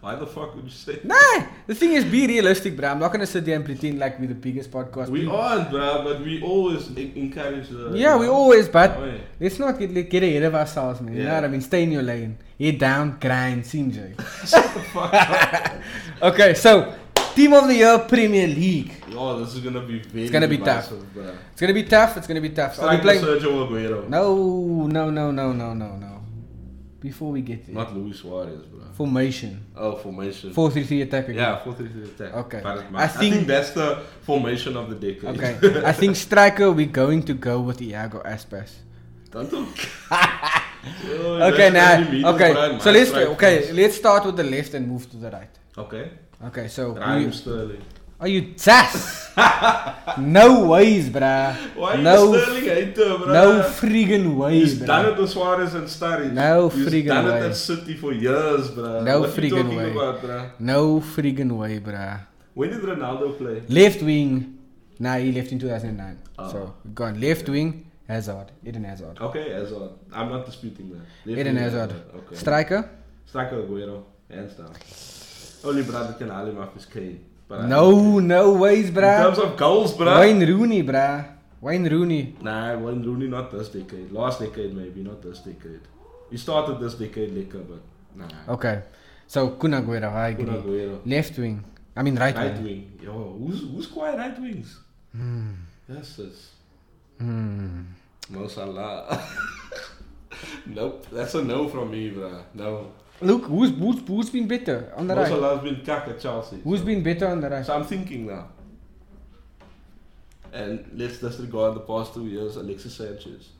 Speaker 2: Why the fuck would you say?
Speaker 1: Nah, the thing is, be realistic, bro. I'm not gonna sit there and pretend like we're the biggest podcast.
Speaker 2: We aren't, bruh, but we always en- encourage the.
Speaker 1: Yeah, we always, but
Speaker 2: Oh, yeah.
Speaker 1: Let's not get like, get ahead of ourselves, man. You know
Speaker 2: Yeah.
Speaker 1: what I mean? Stay in your lane. Head down, grind, CJ.
Speaker 2: Shut the fuck up.
Speaker 1: okay, so team of the year, Premier League.
Speaker 2: Yo, this is gonna be very.
Speaker 1: gonna be tough.
Speaker 2: divisive, bruh.
Speaker 1: It's gonna be tough. It's gonna be tough. So I'll be
Speaker 2: Striker
Speaker 1: playing.
Speaker 2: Sergio Aguero.
Speaker 1: No, no, no, no, no, no, no. Before we get there,
Speaker 2: Not Luis Suarez, bro.
Speaker 1: formation.
Speaker 2: Oh, formation.
Speaker 1: Four three three attack. again.
Speaker 2: yeah, four three three attack.
Speaker 1: Okay.
Speaker 2: But it
Speaker 1: I
Speaker 2: matters. I
Speaker 1: think-
Speaker 2: think, that's the formation of the decade.
Speaker 1: Okay. I think striker. We're going to go with Iago Aspas.
Speaker 2: Don't do- Oh,
Speaker 1: Okay,
Speaker 2: that's only me to
Speaker 1: now. Okay,
Speaker 2: find
Speaker 1: so
Speaker 2: my
Speaker 1: let's
Speaker 2: strike
Speaker 1: okay.
Speaker 2: first.
Speaker 1: Let's start with the left and move to the right.
Speaker 2: Okay.
Speaker 1: Okay, so
Speaker 2: Raheem
Speaker 1: we,
Speaker 2: Sterling.
Speaker 1: are you sass? no ways, bruh.
Speaker 2: Why
Speaker 1: no,
Speaker 2: you Sterling hater, bro?
Speaker 1: no friggin' ways,
Speaker 2: He's done
Speaker 1: bruh.
Speaker 2: it with Suarez and Sturridge.
Speaker 1: No
Speaker 2: He's
Speaker 1: friggin'
Speaker 2: done
Speaker 1: way.
Speaker 2: it at City for years, bro.
Speaker 1: No
Speaker 2: what
Speaker 1: friggin'
Speaker 2: you talking
Speaker 1: way.
Speaker 2: about, bro?
Speaker 1: No friggin' way, bruh.
Speaker 2: When did Ronaldo play?
Speaker 1: Left wing. Nah, he left in 2009.
Speaker 2: Oh.
Speaker 1: So gone. Left wing. Hazard. Eden Hazard.
Speaker 2: Okay, Hazard. I'm not disputing that.
Speaker 1: Eden
Speaker 2: Definitely
Speaker 1: Hazard.
Speaker 2: Okay.
Speaker 1: Striker.
Speaker 2: Striker Aguero, hands down. Only bro that can haal him off is Kane. But I-
Speaker 1: No, no ways,
Speaker 2: In terms
Speaker 1: bruh.
Speaker 2: of goals, bro.
Speaker 1: Wayne Rooney, bruh. Wayne Rooney.
Speaker 2: Nah, Wayne Rooney not this decade. Last decade maybe, not this decade. He started this decade lekker, but nah.
Speaker 1: Okay. So Kun Aguero, I agree.
Speaker 2: Kun Aguero.
Speaker 1: Left wing. I mean right,
Speaker 2: Right
Speaker 1: wing.
Speaker 2: wing. Yo, who's who's quiet right wings? That's is
Speaker 1: Hmm.
Speaker 2: Mo Salah. nope, that's a no from me, bruh. No.
Speaker 1: Look, who's, who's, who's been better on the
Speaker 2: Mo
Speaker 1: right?
Speaker 2: Salah's been cack at Chelsea.
Speaker 1: Who's
Speaker 2: so.
Speaker 1: been better on the right?
Speaker 2: So I'm thinking now. And let's disregard the past two years, Alexis Sanchez.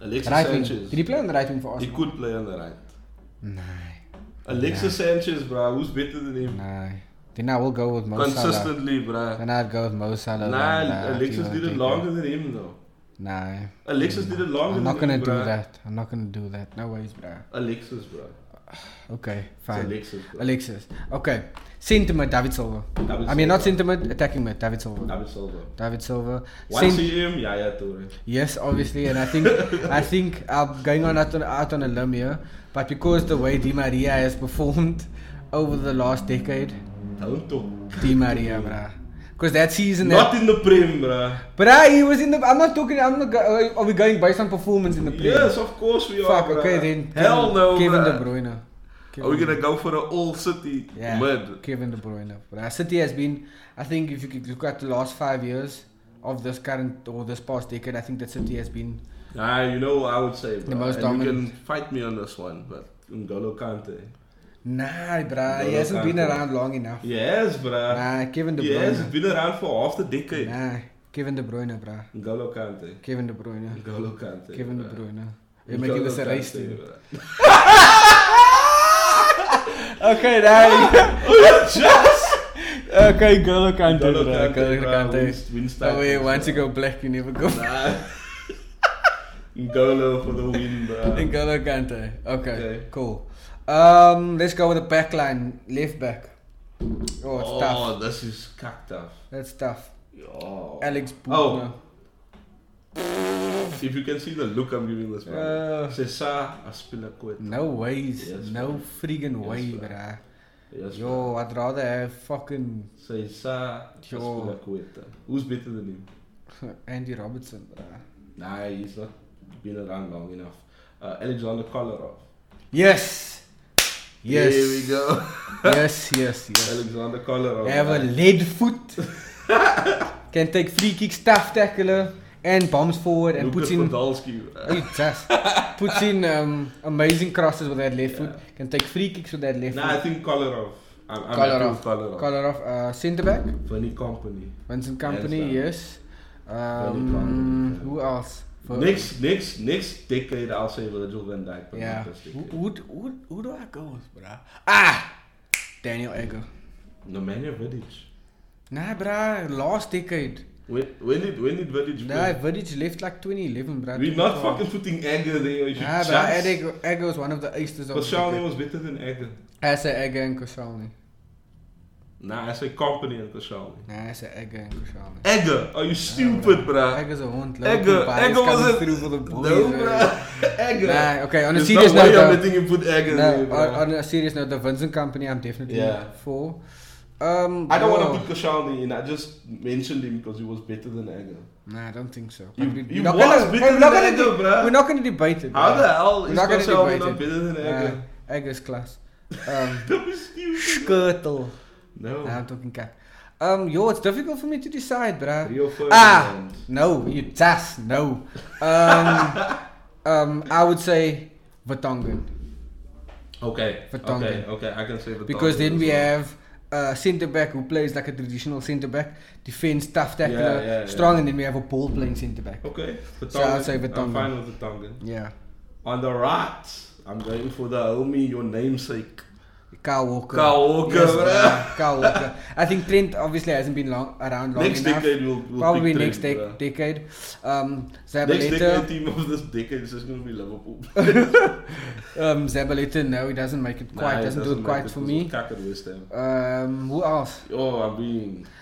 Speaker 2: Alexis
Speaker 1: right wing.
Speaker 2: Sanchez.
Speaker 1: Did he play on the right wing for
Speaker 2: He
Speaker 1: Arsenal?
Speaker 2: could play on the right.
Speaker 1: No,
Speaker 2: Alexis Sanchez, bruh, who's better than him?
Speaker 1: no. Then I will go with Mo Salah.
Speaker 2: Consistently, bruh.
Speaker 1: Then I'd go with Mo Salah. then,
Speaker 2: Nah,
Speaker 1: uh,
Speaker 2: Alexis
Speaker 1: Thibaut
Speaker 2: did it
Speaker 1: Ortega.
Speaker 2: longer than him, though.
Speaker 1: No.
Speaker 2: Alexis did it longer
Speaker 1: I'm not
Speaker 2: than
Speaker 1: gonna
Speaker 2: him,
Speaker 1: do
Speaker 2: bruh.
Speaker 1: that. I'm not gonna do that. No ways, bruh.
Speaker 2: Alexis, bruh.
Speaker 1: Okay,
Speaker 2: It's
Speaker 1: fine.
Speaker 2: Alexis, bruh.
Speaker 1: Alexis. Okay. Sentiment, David Silva.
Speaker 2: David
Speaker 1: I mean, not
Speaker 2: Silva.
Speaker 1: sentiment, attacking mid, David Silva.
Speaker 2: David Silva.
Speaker 1: David Silva.
Speaker 2: Once
Speaker 1: Sen-
Speaker 2: he him, Yaya Toure.
Speaker 1: Yes, obviously, and I think I think I'm going on out on out on a limb here, but because the way Di Maria has performed over the last decade,
Speaker 2: Don't talk.
Speaker 1: Di Maria, bruh. Because that season, that,
Speaker 2: Not in the Prem, bruh.
Speaker 1: bruh, he was in the. I'm not talking. I'm not. go- Are we going based on performance in the play?
Speaker 2: Yes, of course we
Speaker 1: Fuck.
Speaker 2: are. bruh.
Speaker 1: Okay, then.
Speaker 2: Hell
Speaker 1: Kevin,
Speaker 2: no,
Speaker 1: Kevin De
Speaker 2: bruh.
Speaker 1: Bruyne.
Speaker 2: Are we gonna go for an all city
Speaker 1: Yeah,
Speaker 2: mid?
Speaker 1: Kevin De Bruyne. But City has been, I think, if you could look at the last five years of this current or this past decade, I think that City has been
Speaker 2: Ah, you know what I would say, bro.
Speaker 1: The most
Speaker 2: and you can
Speaker 1: dominant.
Speaker 2: fight me on this one, but N'Golo Kante.
Speaker 1: nah, bruh. He
Speaker 2: N'Golo
Speaker 1: hasn't been
Speaker 2: Kante.
Speaker 1: around long enough.
Speaker 2: Yes, bruh.
Speaker 1: Nah, Kevin De
Speaker 2: he has
Speaker 1: Bruyne.
Speaker 2: been around for half the decade.
Speaker 1: Nah, Kevin De Bruyne, bruh.
Speaker 2: N'Golo Kante.
Speaker 1: Kevin De Bruyne.
Speaker 2: N'Golo Kante.
Speaker 1: Kevin De
Speaker 2: bruh.
Speaker 1: Bruyne. We're
Speaker 2: N'Golo
Speaker 1: making this a
Speaker 2: Kante,
Speaker 1: race team.
Speaker 2: bruh.
Speaker 1: Okay, now.
Speaker 2: Just
Speaker 1: okay, Golo Kante,
Speaker 2: N'Golo
Speaker 1: bruh.
Speaker 2: Kante,
Speaker 1: Golo
Speaker 2: bruh.
Speaker 1: Kante.
Speaker 2: Wins- wins
Speaker 1: That way,
Speaker 2: titles,
Speaker 1: once you
Speaker 2: bruh.
Speaker 1: go black, you never go.
Speaker 2: Nah. N'Golo for the win, bruh.
Speaker 1: N'Golo Kante. Okay,
Speaker 2: Okay.
Speaker 1: cool. Um, let's go with the back line. Left back. Oh, it's tough.
Speaker 2: Oh, this is cack tough.
Speaker 1: That's tough.
Speaker 2: Oh.
Speaker 1: Alex Buchner.
Speaker 2: Oh. If you can see the look I'm giving this, man.
Speaker 1: Uh,
Speaker 2: Cesar Aspilicueta.
Speaker 1: no ways.
Speaker 2: Yes,
Speaker 1: no friggin'
Speaker 2: Yes,
Speaker 1: way,
Speaker 2: bro.
Speaker 1: bruh.
Speaker 2: Yes,
Speaker 1: Yo, I'd rather have fucking
Speaker 2: Cesar
Speaker 1: Yo.
Speaker 2: Aspilicueta. uh, Who's better than him?
Speaker 1: Andy Robertson, bruh.
Speaker 2: Nah, he's not been around long enough. Uh, Alexander Kolarov.
Speaker 1: Yes! Yes.
Speaker 2: Here we go.
Speaker 1: yes, yes, yes.
Speaker 2: Alexander Kolarov.
Speaker 1: Have a
Speaker 2: man.
Speaker 1: lead foot. Can take free kicks, tough tackler, and bombs forward and
Speaker 2: Lucas
Speaker 1: puts in.
Speaker 2: Podolski. man.
Speaker 1: Oh, you just puts in um, amazing crosses with that left foot. Can take free kicks with that left
Speaker 2: Nah, I
Speaker 1: foot.
Speaker 2: think Kolarov. I'm, I'm happy
Speaker 1: Kolarov,
Speaker 2: with Kolarov.
Speaker 1: Kolarov, uh, centre back.
Speaker 2: Funny company.
Speaker 1: Vincent
Speaker 2: Hands
Speaker 1: Company,
Speaker 2: down.
Speaker 1: yes. Um,
Speaker 2: Company, yeah.
Speaker 1: who else? For-
Speaker 2: Next, next, next decade, I'll say Virgil van Dijk. but
Speaker 1: Yeah.
Speaker 2: not this
Speaker 1: Who,
Speaker 2: decade.
Speaker 1: who, d- who, who do I go with, bruh? Ah! Daniel Egger.
Speaker 2: Nemanja Vidic.
Speaker 1: Nah, bruh, last decade.
Speaker 2: When, when did when did Vidic
Speaker 1: Nah,
Speaker 2: play?
Speaker 1: Vidic left like 2011, bruh.
Speaker 2: We're not
Speaker 1: 2012.
Speaker 2: fucking putting Egger there. You should
Speaker 1: Nah, bruh,
Speaker 2: just-
Speaker 1: Egger, Egger was one of the aces of
Speaker 2: But
Speaker 1: the
Speaker 2: Shawnee
Speaker 1: decade.
Speaker 2: was better than Egger.
Speaker 1: I say Egger and Koscielny.
Speaker 2: Nah, I say company and Koscielny.
Speaker 1: Nah, I say Egger and Koscielny.
Speaker 2: Egger, are you stupid, bruh?
Speaker 1: Egger's a hond.
Speaker 2: Egger, Egger was
Speaker 1: coming
Speaker 2: a...
Speaker 1: through for the boys,
Speaker 2: no,
Speaker 1: bruh.
Speaker 2: bruh. Egger.
Speaker 1: Nah, okay, on a
Speaker 2: There's
Speaker 1: serious
Speaker 2: no
Speaker 1: note,
Speaker 2: way
Speaker 1: though,
Speaker 2: I'm letting you put
Speaker 1: No,
Speaker 2: Egger there,
Speaker 1: on,
Speaker 2: bruh.
Speaker 1: on a serious note, the Vincent Company, I'm definitely
Speaker 2: Yeah.
Speaker 1: for. Um,
Speaker 2: I don't
Speaker 1: no.
Speaker 2: want to put Koscielny in. I just mentioned him because he was better than Egger.
Speaker 1: Nah, I don't think so.
Speaker 2: You-
Speaker 1: We're
Speaker 2: you
Speaker 1: not
Speaker 2: was
Speaker 1: gonna-
Speaker 2: better
Speaker 1: we're not
Speaker 2: than
Speaker 1: gonna
Speaker 2: Edgar,
Speaker 1: de-
Speaker 2: bruh.
Speaker 1: We're not going to debate it.
Speaker 2: How
Speaker 1: bruh.
Speaker 2: the hell
Speaker 1: We're
Speaker 2: is
Speaker 1: not gonna
Speaker 2: Koscielny
Speaker 1: debate
Speaker 2: not
Speaker 1: it.
Speaker 2: better than
Speaker 1: Nah,
Speaker 2: Egger?
Speaker 1: Edgar's class. Um,
Speaker 2: Don't be stupid.
Speaker 1: Skirtle. Nah,
Speaker 2: No.
Speaker 1: I'm talking cat. Um, yo, it's difficult for me to decide, bruh.
Speaker 2: Rio Ferdinand.
Speaker 1: Ah, no, you das, no. Um, um, I would say Vertonghen
Speaker 2: Okay.
Speaker 1: Vertonghen.
Speaker 2: Okay. Okay. I can say Vertonghen.
Speaker 1: because then
Speaker 2: as
Speaker 1: we
Speaker 2: well.
Speaker 1: have. Uh, centre back who plays like a traditional centre back, defence, tough tackler,
Speaker 2: Yeah, yeah, yeah.
Speaker 1: strong, and then we have a ball playing centre back.
Speaker 2: Okay. Vertonghen.
Speaker 1: say
Speaker 2: I'm
Speaker 1: Vertonghen.
Speaker 2: fine with Vertonghen.
Speaker 1: Yeah.
Speaker 2: On the right, I'm going for the homie, your namesake.
Speaker 1: Kyle Walker.
Speaker 2: Kyle Walker,
Speaker 1: Yes,
Speaker 2: bruh.
Speaker 1: bruh. Kyle Walker. I think Trent obviously hasn't been long around long
Speaker 2: next
Speaker 1: enough.
Speaker 2: decade, we'll, we'll
Speaker 1: Probably
Speaker 2: pick
Speaker 1: next
Speaker 2: Trent,
Speaker 1: dec
Speaker 2: bruh.
Speaker 1: decade. Um,
Speaker 2: Next decade
Speaker 1: Zabaleta.
Speaker 2: team of this decade is just going to be Liverpool.
Speaker 1: Um, Zabaleta, no, he doesn't make it quite.
Speaker 2: Nah,
Speaker 1: doesn't, do it
Speaker 2: make
Speaker 1: quite
Speaker 2: it.
Speaker 1: for
Speaker 2: This
Speaker 1: me.
Speaker 2: was Kak at West Ham.
Speaker 1: Um, who else?
Speaker 2: Oh, I'm being.
Speaker 1: Uh,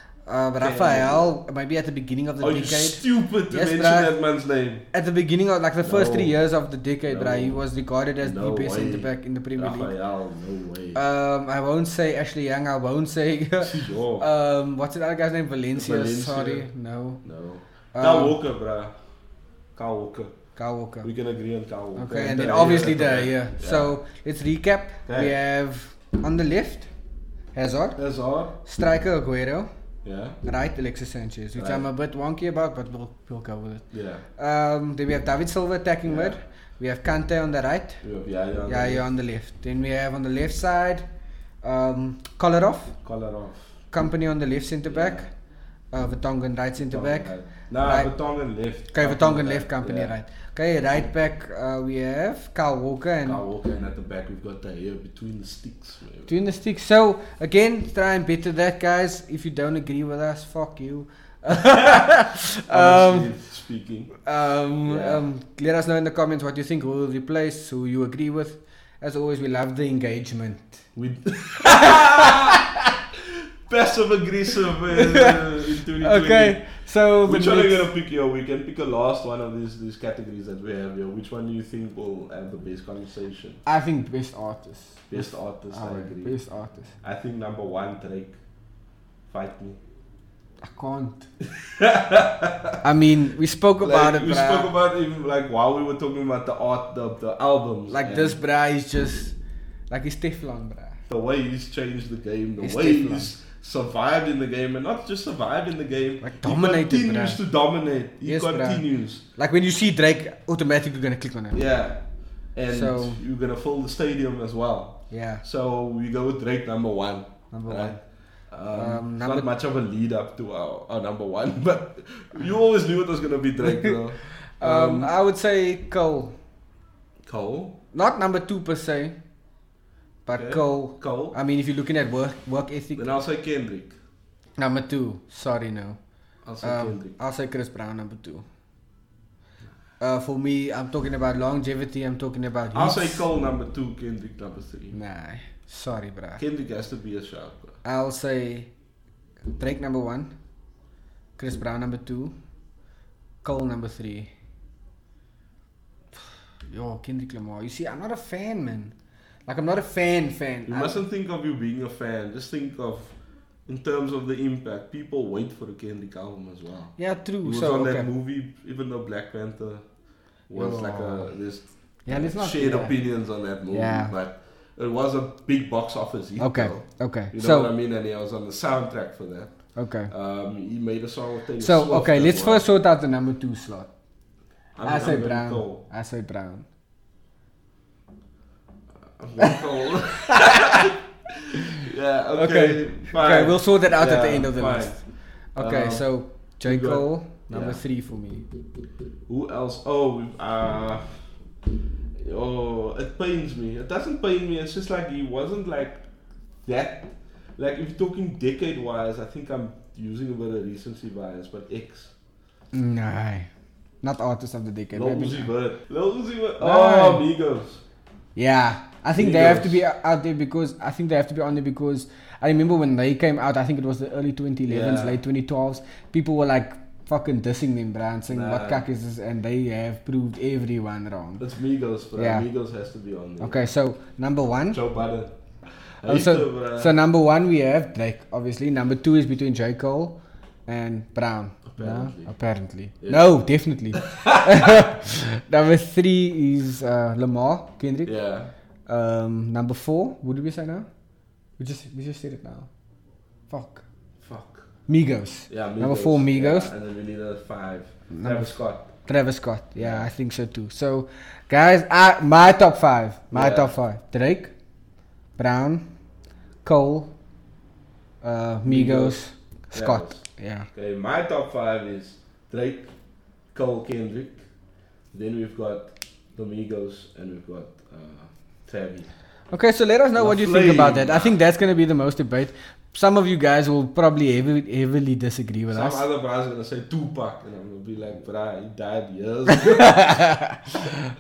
Speaker 2: Okay,
Speaker 1: Rafael, maybe at the beginning of the
Speaker 2: Are you
Speaker 1: decade.
Speaker 2: stupid to
Speaker 1: Yes,
Speaker 2: mention
Speaker 1: bruh.
Speaker 2: that man's name?
Speaker 1: At the beginning of like the first
Speaker 2: No.
Speaker 1: three years of the decade,
Speaker 2: No.
Speaker 1: bruh, he was regarded as
Speaker 2: No
Speaker 1: the best
Speaker 2: way.
Speaker 1: centre back in the Premier League.
Speaker 2: Rafael, no way.
Speaker 1: Um, I won't say Ashley Young. I won't say.
Speaker 2: Sure.
Speaker 1: um, what's that other guy's name? Valencia.
Speaker 2: Valencia.
Speaker 1: Sorry, no.
Speaker 2: no.
Speaker 1: Um,
Speaker 2: Kyle Walker, bruh. Kyle Walker.
Speaker 1: Kyle Walker.
Speaker 2: We can agree on Kyle Walker.
Speaker 1: Okay, and then obviously
Speaker 2: yeah,
Speaker 1: the yeah. So let's recap. We
Speaker 2: Okay.
Speaker 1: have on the left Hazard,
Speaker 2: That's all.
Speaker 1: striker Aguero,
Speaker 2: Yeah.
Speaker 1: right Alexis Sanchez, which I'm a bit wonky about, but we'll we'll go with it.
Speaker 2: Yeah.
Speaker 1: Um, then we have David Silva attacking
Speaker 2: Yeah.
Speaker 1: mid. We have Kante on the right.
Speaker 2: We have Yaya. on the
Speaker 1: Yeah, on the left. Then we have on the left side, um, Kolarov,
Speaker 2: left. Collar off.
Speaker 1: Company on the left centre back, uh, Vertonghen right centre back.
Speaker 2: Right. Nah,
Speaker 1: Right.
Speaker 2: Vertonghen left.
Speaker 1: Okay, Vertonghen left, Company
Speaker 2: Yeah.
Speaker 1: right. Okay, right back uh, we have Kyle Walker and
Speaker 2: Kyle Walker, and at the back we've got the hair between the sticks. man.
Speaker 1: Doing the stick. So again, try and better that, guys. If you don't agree with us, fuck you. um,
Speaker 2: Honestly speaking.
Speaker 1: um,
Speaker 2: Yeah.
Speaker 1: um, let us know in the comments what you think. Who will replace? Who you agree with? As always, we love the engagement.
Speaker 2: We passive aggressive uh, in 2020.
Speaker 1: Okay, so
Speaker 2: Which
Speaker 1: the
Speaker 2: one are you
Speaker 1: next-
Speaker 2: gonna pick here? We can pick a last one of these these categories that we have here. Which one do you think will have the best conversation?
Speaker 1: I think best artist.
Speaker 2: Best artist, I
Speaker 1: Alright,
Speaker 2: agree.
Speaker 1: Best artist.
Speaker 2: I think number one Drake. Fight me.
Speaker 1: I can't. I mean, we spoke about
Speaker 2: Like,
Speaker 1: it,
Speaker 2: we
Speaker 1: bruh.
Speaker 2: spoke about even like while we were talking about the art the, the albums.
Speaker 1: like
Speaker 2: and
Speaker 1: this, bruh, is just like it's Teflon, bruh.
Speaker 2: The way he's changed the game, the
Speaker 1: He's
Speaker 2: way
Speaker 1: Teflon.
Speaker 2: he's survived in the game, and not just survived in the game.
Speaker 1: Like dominated,
Speaker 2: He continues
Speaker 1: bruh.
Speaker 2: to dominate. He
Speaker 1: Yes, bruh.
Speaker 2: continues.
Speaker 1: Like when you see Drake, automatically you're gonna click on it.
Speaker 2: Yeah. And
Speaker 1: So-
Speaker 2: you're gonna fill the stadium as well.
Speaker 1: yeah.
Speaker 2: So we go with Drake number one.
Speaker 1: Number
Speaker 2: right? Um,
Speaker 1: Um,
Speaker 2: it's
Speaker 1: number-
Speaker 2: not much of a lead up to our, our number one, but you always knew it was gonna be Drake though.
Speaker 1: Um, I would say Cole.
Speaker 2: Cole.
Speaker 1: Not number two per se, but
Speaker 2: Okay.
Speaker 1: Cole.
Speaker 2: Cole.
Speaker 1: I mean, if you're looking at work work ethic,
Speaker 2: Then I'll say Kendrick.
Speaker 1: number two. Sorry, no.
Speaker 2: I'll say Kendrick.
Speaker 1: Um, I'll say Chris Brown, number two. Uh, for me, I'm talking about longevity. I'm talking about.
Speaker 2: I'll
Speaker 1: hits.
Speaker 2: say Cole number two, Kendrick number three.
Speaker 1: Nah, sorry, bruh.
Speaker 2: Kendrick has to be a shout, bro.
Speaker 1: I'll say Drake number one, Chris Brown number two, Cole number three. Yo, Kendrick Lamar. You see, I'm not a fan, man. Like I'm not a fan fan.
Speaker 2: You
Speaker 1: I-
Speaker 2: mustn't think of you being a fan. Just think of, in terms of the impact, people wait for a Kendrick album as well.
Speaker 1: Yeah,
Speaker 2: He
Speaker 1: true.
Speaker 2: was
Speaker 1: So
Speaker 2: on that
Speaker 1: okay.
Speaker 2: movie, even though Black Panther was
Speaker 1: Oh.
Speaker 2: like a this
Speaker 1: Yeah, let's not.
Speaker 2: shared
Speaker 1: yeah.
Speaker 2: opinions on that movie,
Speaker 1: Yeah.
Speaker 2: but it was a big box office hit.
Speaker 1: Okay.
Speaker 2: though.
Speaker 1: Okay.
Speaker 2: You know what I
Speaker 1: So
Speaker 2: mean? And he was on the soundtrack for that.
Speaker 1: okay.
Speaker 2: Um, he made a song with Taylor
Speaker 1: So
Speaker 2: Swift
Speaker 1: okay.
Speaker 2: as
Speaker 1: Let's
Speaker 2: well.
Speaker 1: first sort out the number two slot.
Speaker 2: I'm,
Speaker 1: I say
Speaker 2: I'm going
Speaker 1: Brown.
Speaker 2: Cole.
Speaker 1: I say Brown.
Speaker 2: I'm going Cole. yeah. Okay.
Speaker 1: Okay.
Speaker 2: Fine.
Speaker 1: Okay, we'll sort that out at the
Speaker 2: Yeah,
Speaker 1: end of the
Speaker 2: fine.
Speaker 1: list. Okay,
Speaker 2: Um,
Speaker 1: so J
Speaker 2: you got-
Speaker 1: Cole number
Speaker 2: yeah.
Speaker 1: three for me.
Speaker 2: Who else? Oh, we've, uh, oh, it pains me. It doesn't pain me. It's just like he wasn't like that. Like if you're talking decade wise, I think I'm using a bit of recency bias, but X.
Speaker 1: No, not artist of the decade.
Speaker 2: Lil
Speaker 1: maybe.
Speaker 2: Uzi Vert. Lil Uzi Vert.
Speaker 1: No.
Speaker 2: Oh, Migos.
Speaker 1: Yeah, I think they
Speaker 2: Migos.
Speaker 1: have to be o- out there because I think they have to be on there because I remember when they came out. I think it was the early 2011s,
Speaker 2: Yeah.
Speaker 1: late 2012s. People were like fucking dissing them, bruh, and saying what
Speaker 2: Nah.
Speaker 1: cuck is this, and they have proved everyone wrong.
Speaker 2: That's Migos, bro.
Speaker 1: Yeah.
Speaker 2: Migos has to be on there.
Speaker 1: Okay, so number one.
Speaker 2: Joe Budden.
Speaker 1: Oh,
Speaker 2: uh,
Speaker 1: so, so number one we have Drake, obviously. Number two is between J Cole and Brown. No?
Speaker 2: Apparently.
Speaker 1: apparently.
Speaker 2: Yeah.
Speaker 1: No, definitely. number three is uh, Lamar Kendrick.
Speaker 2: yeah.
Speaker 1: Um, number four, what did we say now? We just we just said it now. Fuck.
Speaker 2: Fuck.
Speaker 1: Migos.
Speaker 2: Yeah, Migos.
Speaker 1: Number four, Migos.
Speaker 2: Yeah, and then we need a five.
Speaker 1: Number-
Speaker 2: Travis Scott.
Speaker 1: Travis Scott. Yeah, I think so too. So, guys, I, my top five. My
Speaker 2: Yeah.
Speaker 1: top five. Drake, Brown, Cole, uh, Migos, Scott. Yeah.
Speaker 2: Okay, my top five is Drake, Cole Kendrick. Then we've got the Migos, and we've got uh, Tabby.
Speaker 1: Okay, so let us know what you think
Speaker 2: Lovely.
Speaker 1: about that. I think that's going to be the most debate. Some of you guys will probably heavily, heavily disagree with
Speaker 2: Some
Speaker 1: us.
Speaker 2: other guys are gonna say Tupac, and I'm gonna be like, "Bruh, he died years." ago."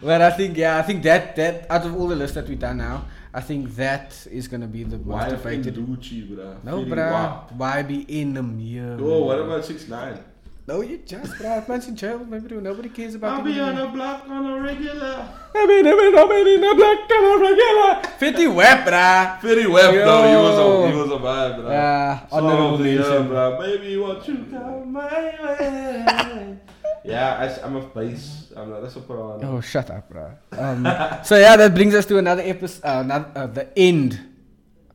Speaker 1: But I think, yeah, I think that that out of all the lists that we've done now, I think that is going to be the
Speaker 2: Why
Speaker 1: most
Speaker 2: have you
Speaker 1: debated.
Speaker 2: Gucci, bruh?
Speaker 1: No,
Speaker 2: Feeling
Speaker 1: bruh.
Speaker 2: wap.
Speaker 1: Why be in them here?
Speaker 2: Oh, what about six nine?
Speaker 1: No, you just, bruh. Man's in jail. Maybe do- nobody cares about
Speaker 2: I'll be
Speaker 1: him.
Speaker 2: on a block on a regular.
Speaker 1: I mean, I mean, I mean, in a black color regular. 50 web, bruh.
Speaker 2: Fetty Wap, though, he was
Speaker 1: Yo.
Speaker 2: a he was a vibe, bruh.
Speaker 1: Yeah,
Speaker 2: Song
Speaker 1: honorable
Speaker 2: of the year,
Speaker 1: mention.
Speaker 2: bruh. Baby, won't you come my way? yeah, I, am a bass. I'm not a soprano.
Speaker 1: Oh, shut up, bruh. Um, so, yeah, that brings us to another episode, uh, another, uh, the end.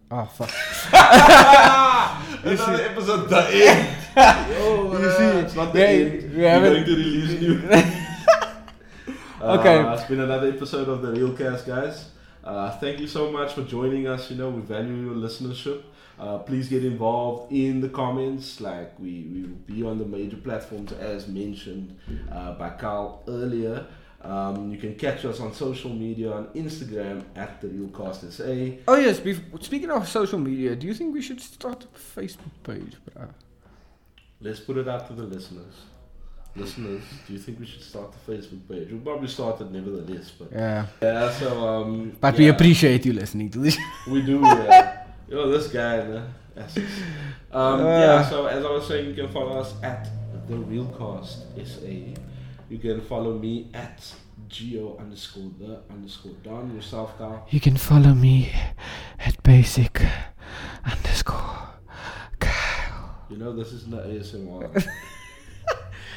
Speaker 1: Oh, fuck.
Speaker 2: Another episode, the end. Yo,
Speaker 1: You
Speaker 2: bruh,
Speaker 1: see,
Speaker 2: it's not the
Speaker 1: Oh, yeah, you
Speaker 2: end. We're
Speaker 1: haven't-
Speaker 2: going to release new.
Speaker 1: Okay.
Speaker 2: Uh, it's been another episode of the Real Cast, guys. Uh, thank you so much for joining us. You know, we value your listenership. Uh, please get involved in the comments. Like we, we will be on the major platforms as mentioned uh, by Carl earlier. Um, you can catch us on social media on Instagram at the Real Cast SA.
Speaker 1: Oh, yes. bef- Speaking of social media, do you think we should start a Facebook page, bruh?
Speaker 2: Let's put it out to the listeners. Listeners, do you think we should start the Facebook page? We'll probably start it nevertheless, but
Speaker 1: Yeah.
Speaker 2: yeah. So um,
Speaker 1: But we
Speaker 2: yeah.
Speaker 1: appreciate you listening to this.
Speaker 2: We do, yeah. Yo, this guy, man.
Speaker 1: Uh.
Speaker 2: Um, yeah, so as I was saying, you can follow us at The Real Cost SA. You can follow me at Geo underscore the underscore Don yourself, Carl.
Speaker 1: You can follow me at basic underscore.
Speaker 2: You know, this is not ASMR.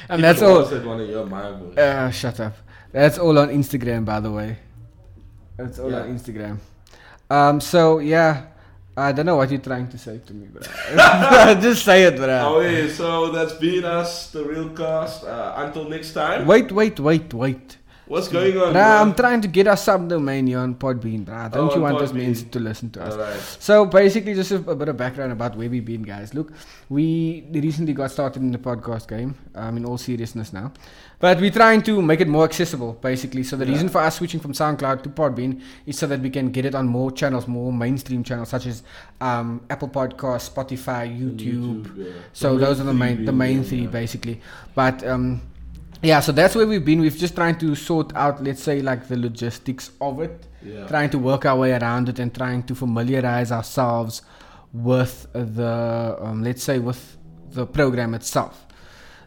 Speaker 1: And that's all.
Speaker 2: Said one of your my voice.
Speaker 1: Uh, shut up. That's all on Instagram, by the way. That's all
Speaker 2: Yeah.
Speaker 1: on Instagram. Um, so yeah, I don't know what you're trying to say to me, bro. Just say it,
Speaker 2: Oh,
Speaker 1: bro.
Speaker 2: yeah, so that's been us, The Real Cost. Uh, until next time,
Speaker 1: Wait, wait, wait, wait.
Speaker 2: what's going on?
Speaker 1: Nah, I'm
Speaker 2: man?
Speaker 1: trying to get us subdomain here on Podbean, bruh. Don't you
Speaker 2: Oh, on
Speaker 1: want those
Speaker 2: Podbean.
Speaker 1: men to listen to us?
Speaker 2: Alright.
Speaker 1: So basically, just a, a bit of background about where we've been, guys. Look, we recently got started in the podcast game. Um, in all seriousness, now, but we're trying to make it more accessible, basically. So the
Speaker 2: Yeah.
Speaker 1: reason for us switching from SoundCloud to Podbean is so that we can get it on more channels, more mainstream channels such as um, Apple Podcasts, Spotify, YouTube.
Speaker 2: yeah.
Speaker 1: So those are the main the main
Speaker 2: really,
Speaker 1: three
Speaker 2: yeah.
Speaker 1: basically. But um, yeah, so that's where we've been. We've just trying to sort out, let's say, like the logistics of it,
Speaker 2: Yeah.
Speaker 1: trying to work our way around it, and trying to familiarize ourselves with the um, let's say with the program itself.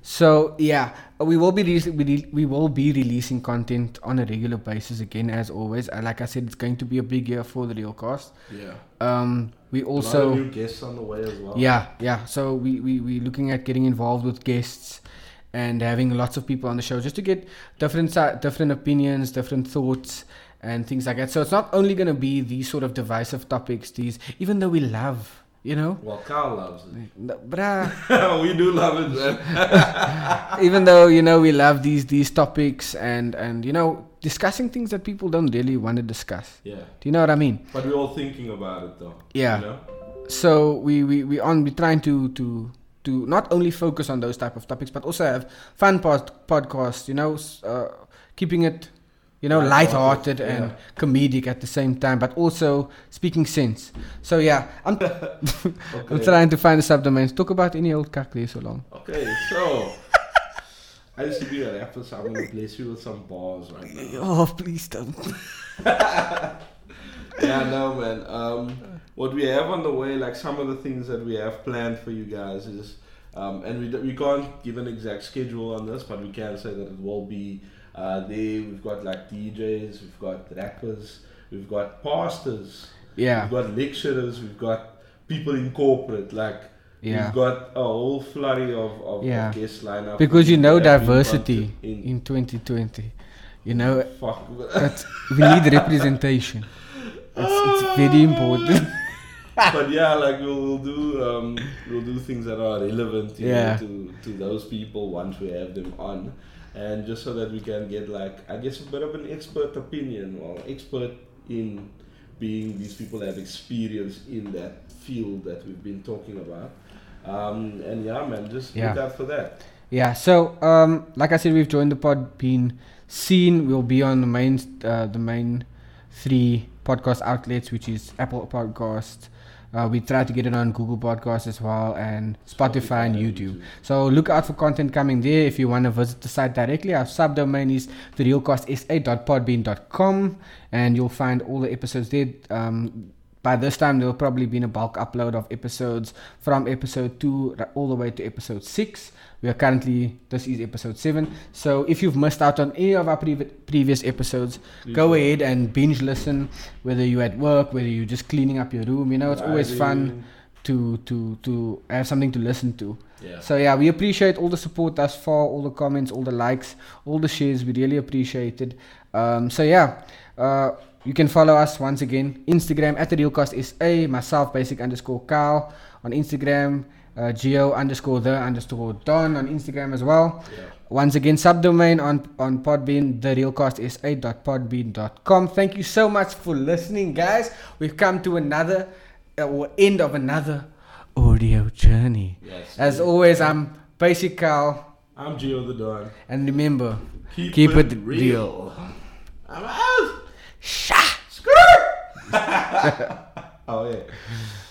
Speaker 1: So yeah, we will be releas- we re- we will be releasing content on a regular basis again as always. And like I said, it's going to be a big year for the real cost.
Speaker 2: Yeah.
Speaker 1: Um, we
Speaker 2: Also,
Speaker 1: also
Speaker 2: new guests on the way as well.
Speaker 1: yeah, yeah. So we we we looking at getting involved with guests and having lots of people on the show just to get different si- different opinions, different thoughts and things like that. So it's not only going to be these sort of divisive topics these even though we love, you know.
Speaker 2: Well, Carl loves it.
Speaker 1: No, Bruh.
Speaker 2: we do love it, man.
Speaker 1: even though you know we love these these topics and and you know discussing things that people don't really want to discuss.
Speaker 2: Yeah.
Speaker 1: Do you know what I mean?
Speaker 2: But we're all thinking about it, though.
Speaker 1: Yeah.
Speaker 2: You know?
Speaker 1: so we we we on we trying to to to not only focus on those type of topics but also have fun pod, podcasts you know s- uh, keeping it you know light-hearted
Speaker 2: Lighthearted,
Speaker 1: and
Speaker 2: yeah.
Speaker 1: comedic at the same time but also speaking sense so yeah i'm, I'm
Speaker 2: Okay.
Speaker 1: trying to find a subdomain talk about any old cuck there so long
Speaker 2: Okay, so. I used to be a rapper, so I'm going to bless you with some bars right now.
Speaker 1: oh please don't
Speaker 2: Yeah, no, man. Um, what we have on the way, like some of the things that we have planned for you guys is, um, and we, d- we can't give an exact schedule on this, but we can say that it will be uh, there. We've got like DJs, we've got rappers, we've got pastors,
Speaker 1: yeah
Speaker 2: We've got lecturers, we've got people in corporate, like
Speaker 1: Yeah.
Speaker 2: we've got a whole flurry of, of,
Speaker 1: Yeah.
Speaker 2: of guest lineup.
Speaker 1: because you know
Speaker 2: Every month
Speaker 1: diversity
Speaker 2: in-
Speaker 1: in 2020 you know
Speaker 2: fuck.
Speaker 1: that we need representation it's, it's very important
Speaker 2: but yeah, like we'll, we'll do um, we'll do things that are relevant you know,
Speaker 1: Yeah.
Speaker 2: to to those people once we have them on, and just so that we can get like I guess a bit of an expert opinion or expert in being these people have experience in that field that we've been talking about. Um, and yeah, man, just
Speaker 1: Yeah.
Speaker 2: look out for that.
Speaker 1: Yeah, so um, like I said, we've joined the Podbean seen will be on the main uh, the main three podcast outlets, which is Apple Podcasts. Uh, we try to get it on Google Podcasts as well and Spotify and YouTube. So look out for content coming there if you want to visit the site directly. Our subdomain is therealcostsa.podbean.com and you'll find all the episodes there. Um, by this time, there'll probably been a bulk upload of episodes from episode 2 ra- all the way to episode 6. We are currently, this is episode 7. So if you've missed out on any of our previ- previous episodes, go ahead and binge listen, whether you're at work, whether you're just cleaning up your room. You know, it's always fun to, to, to have something to listen to.
Speaker 2: Yeah.
Speaker 1: So yeah, we appreciate all the support thus far, all the comments, all the likes, all the shares. We really appreciate it. Um, so yeah, uh, you can follow us once again Instagram at the Realcast SA, myself basic underscore Kyle on Instagram, uh, Geo underscore the underscore Don on Instagram as well.
Speaker 2: yeah.
Speaker 1: Once again, subdomain on on Podbean, therealcostsa.podbean.com. Thank you so much for listening, guys. We've come to another uh, or end of another audio journey.
Speaker 2: Yes.
Speaker 1: As always, I'm Basic Cal,
Speaker 2: I'm Gio the Don.
Speaker 1: and remember,
Speaker 2: Keep,
Speaker 1: Keep
Speaker 2: it,
Speaker 1: it
Speaker 2: real. I'm out.
Speaker 1: Sha!
Speaker 2: Oh yeah. Oh,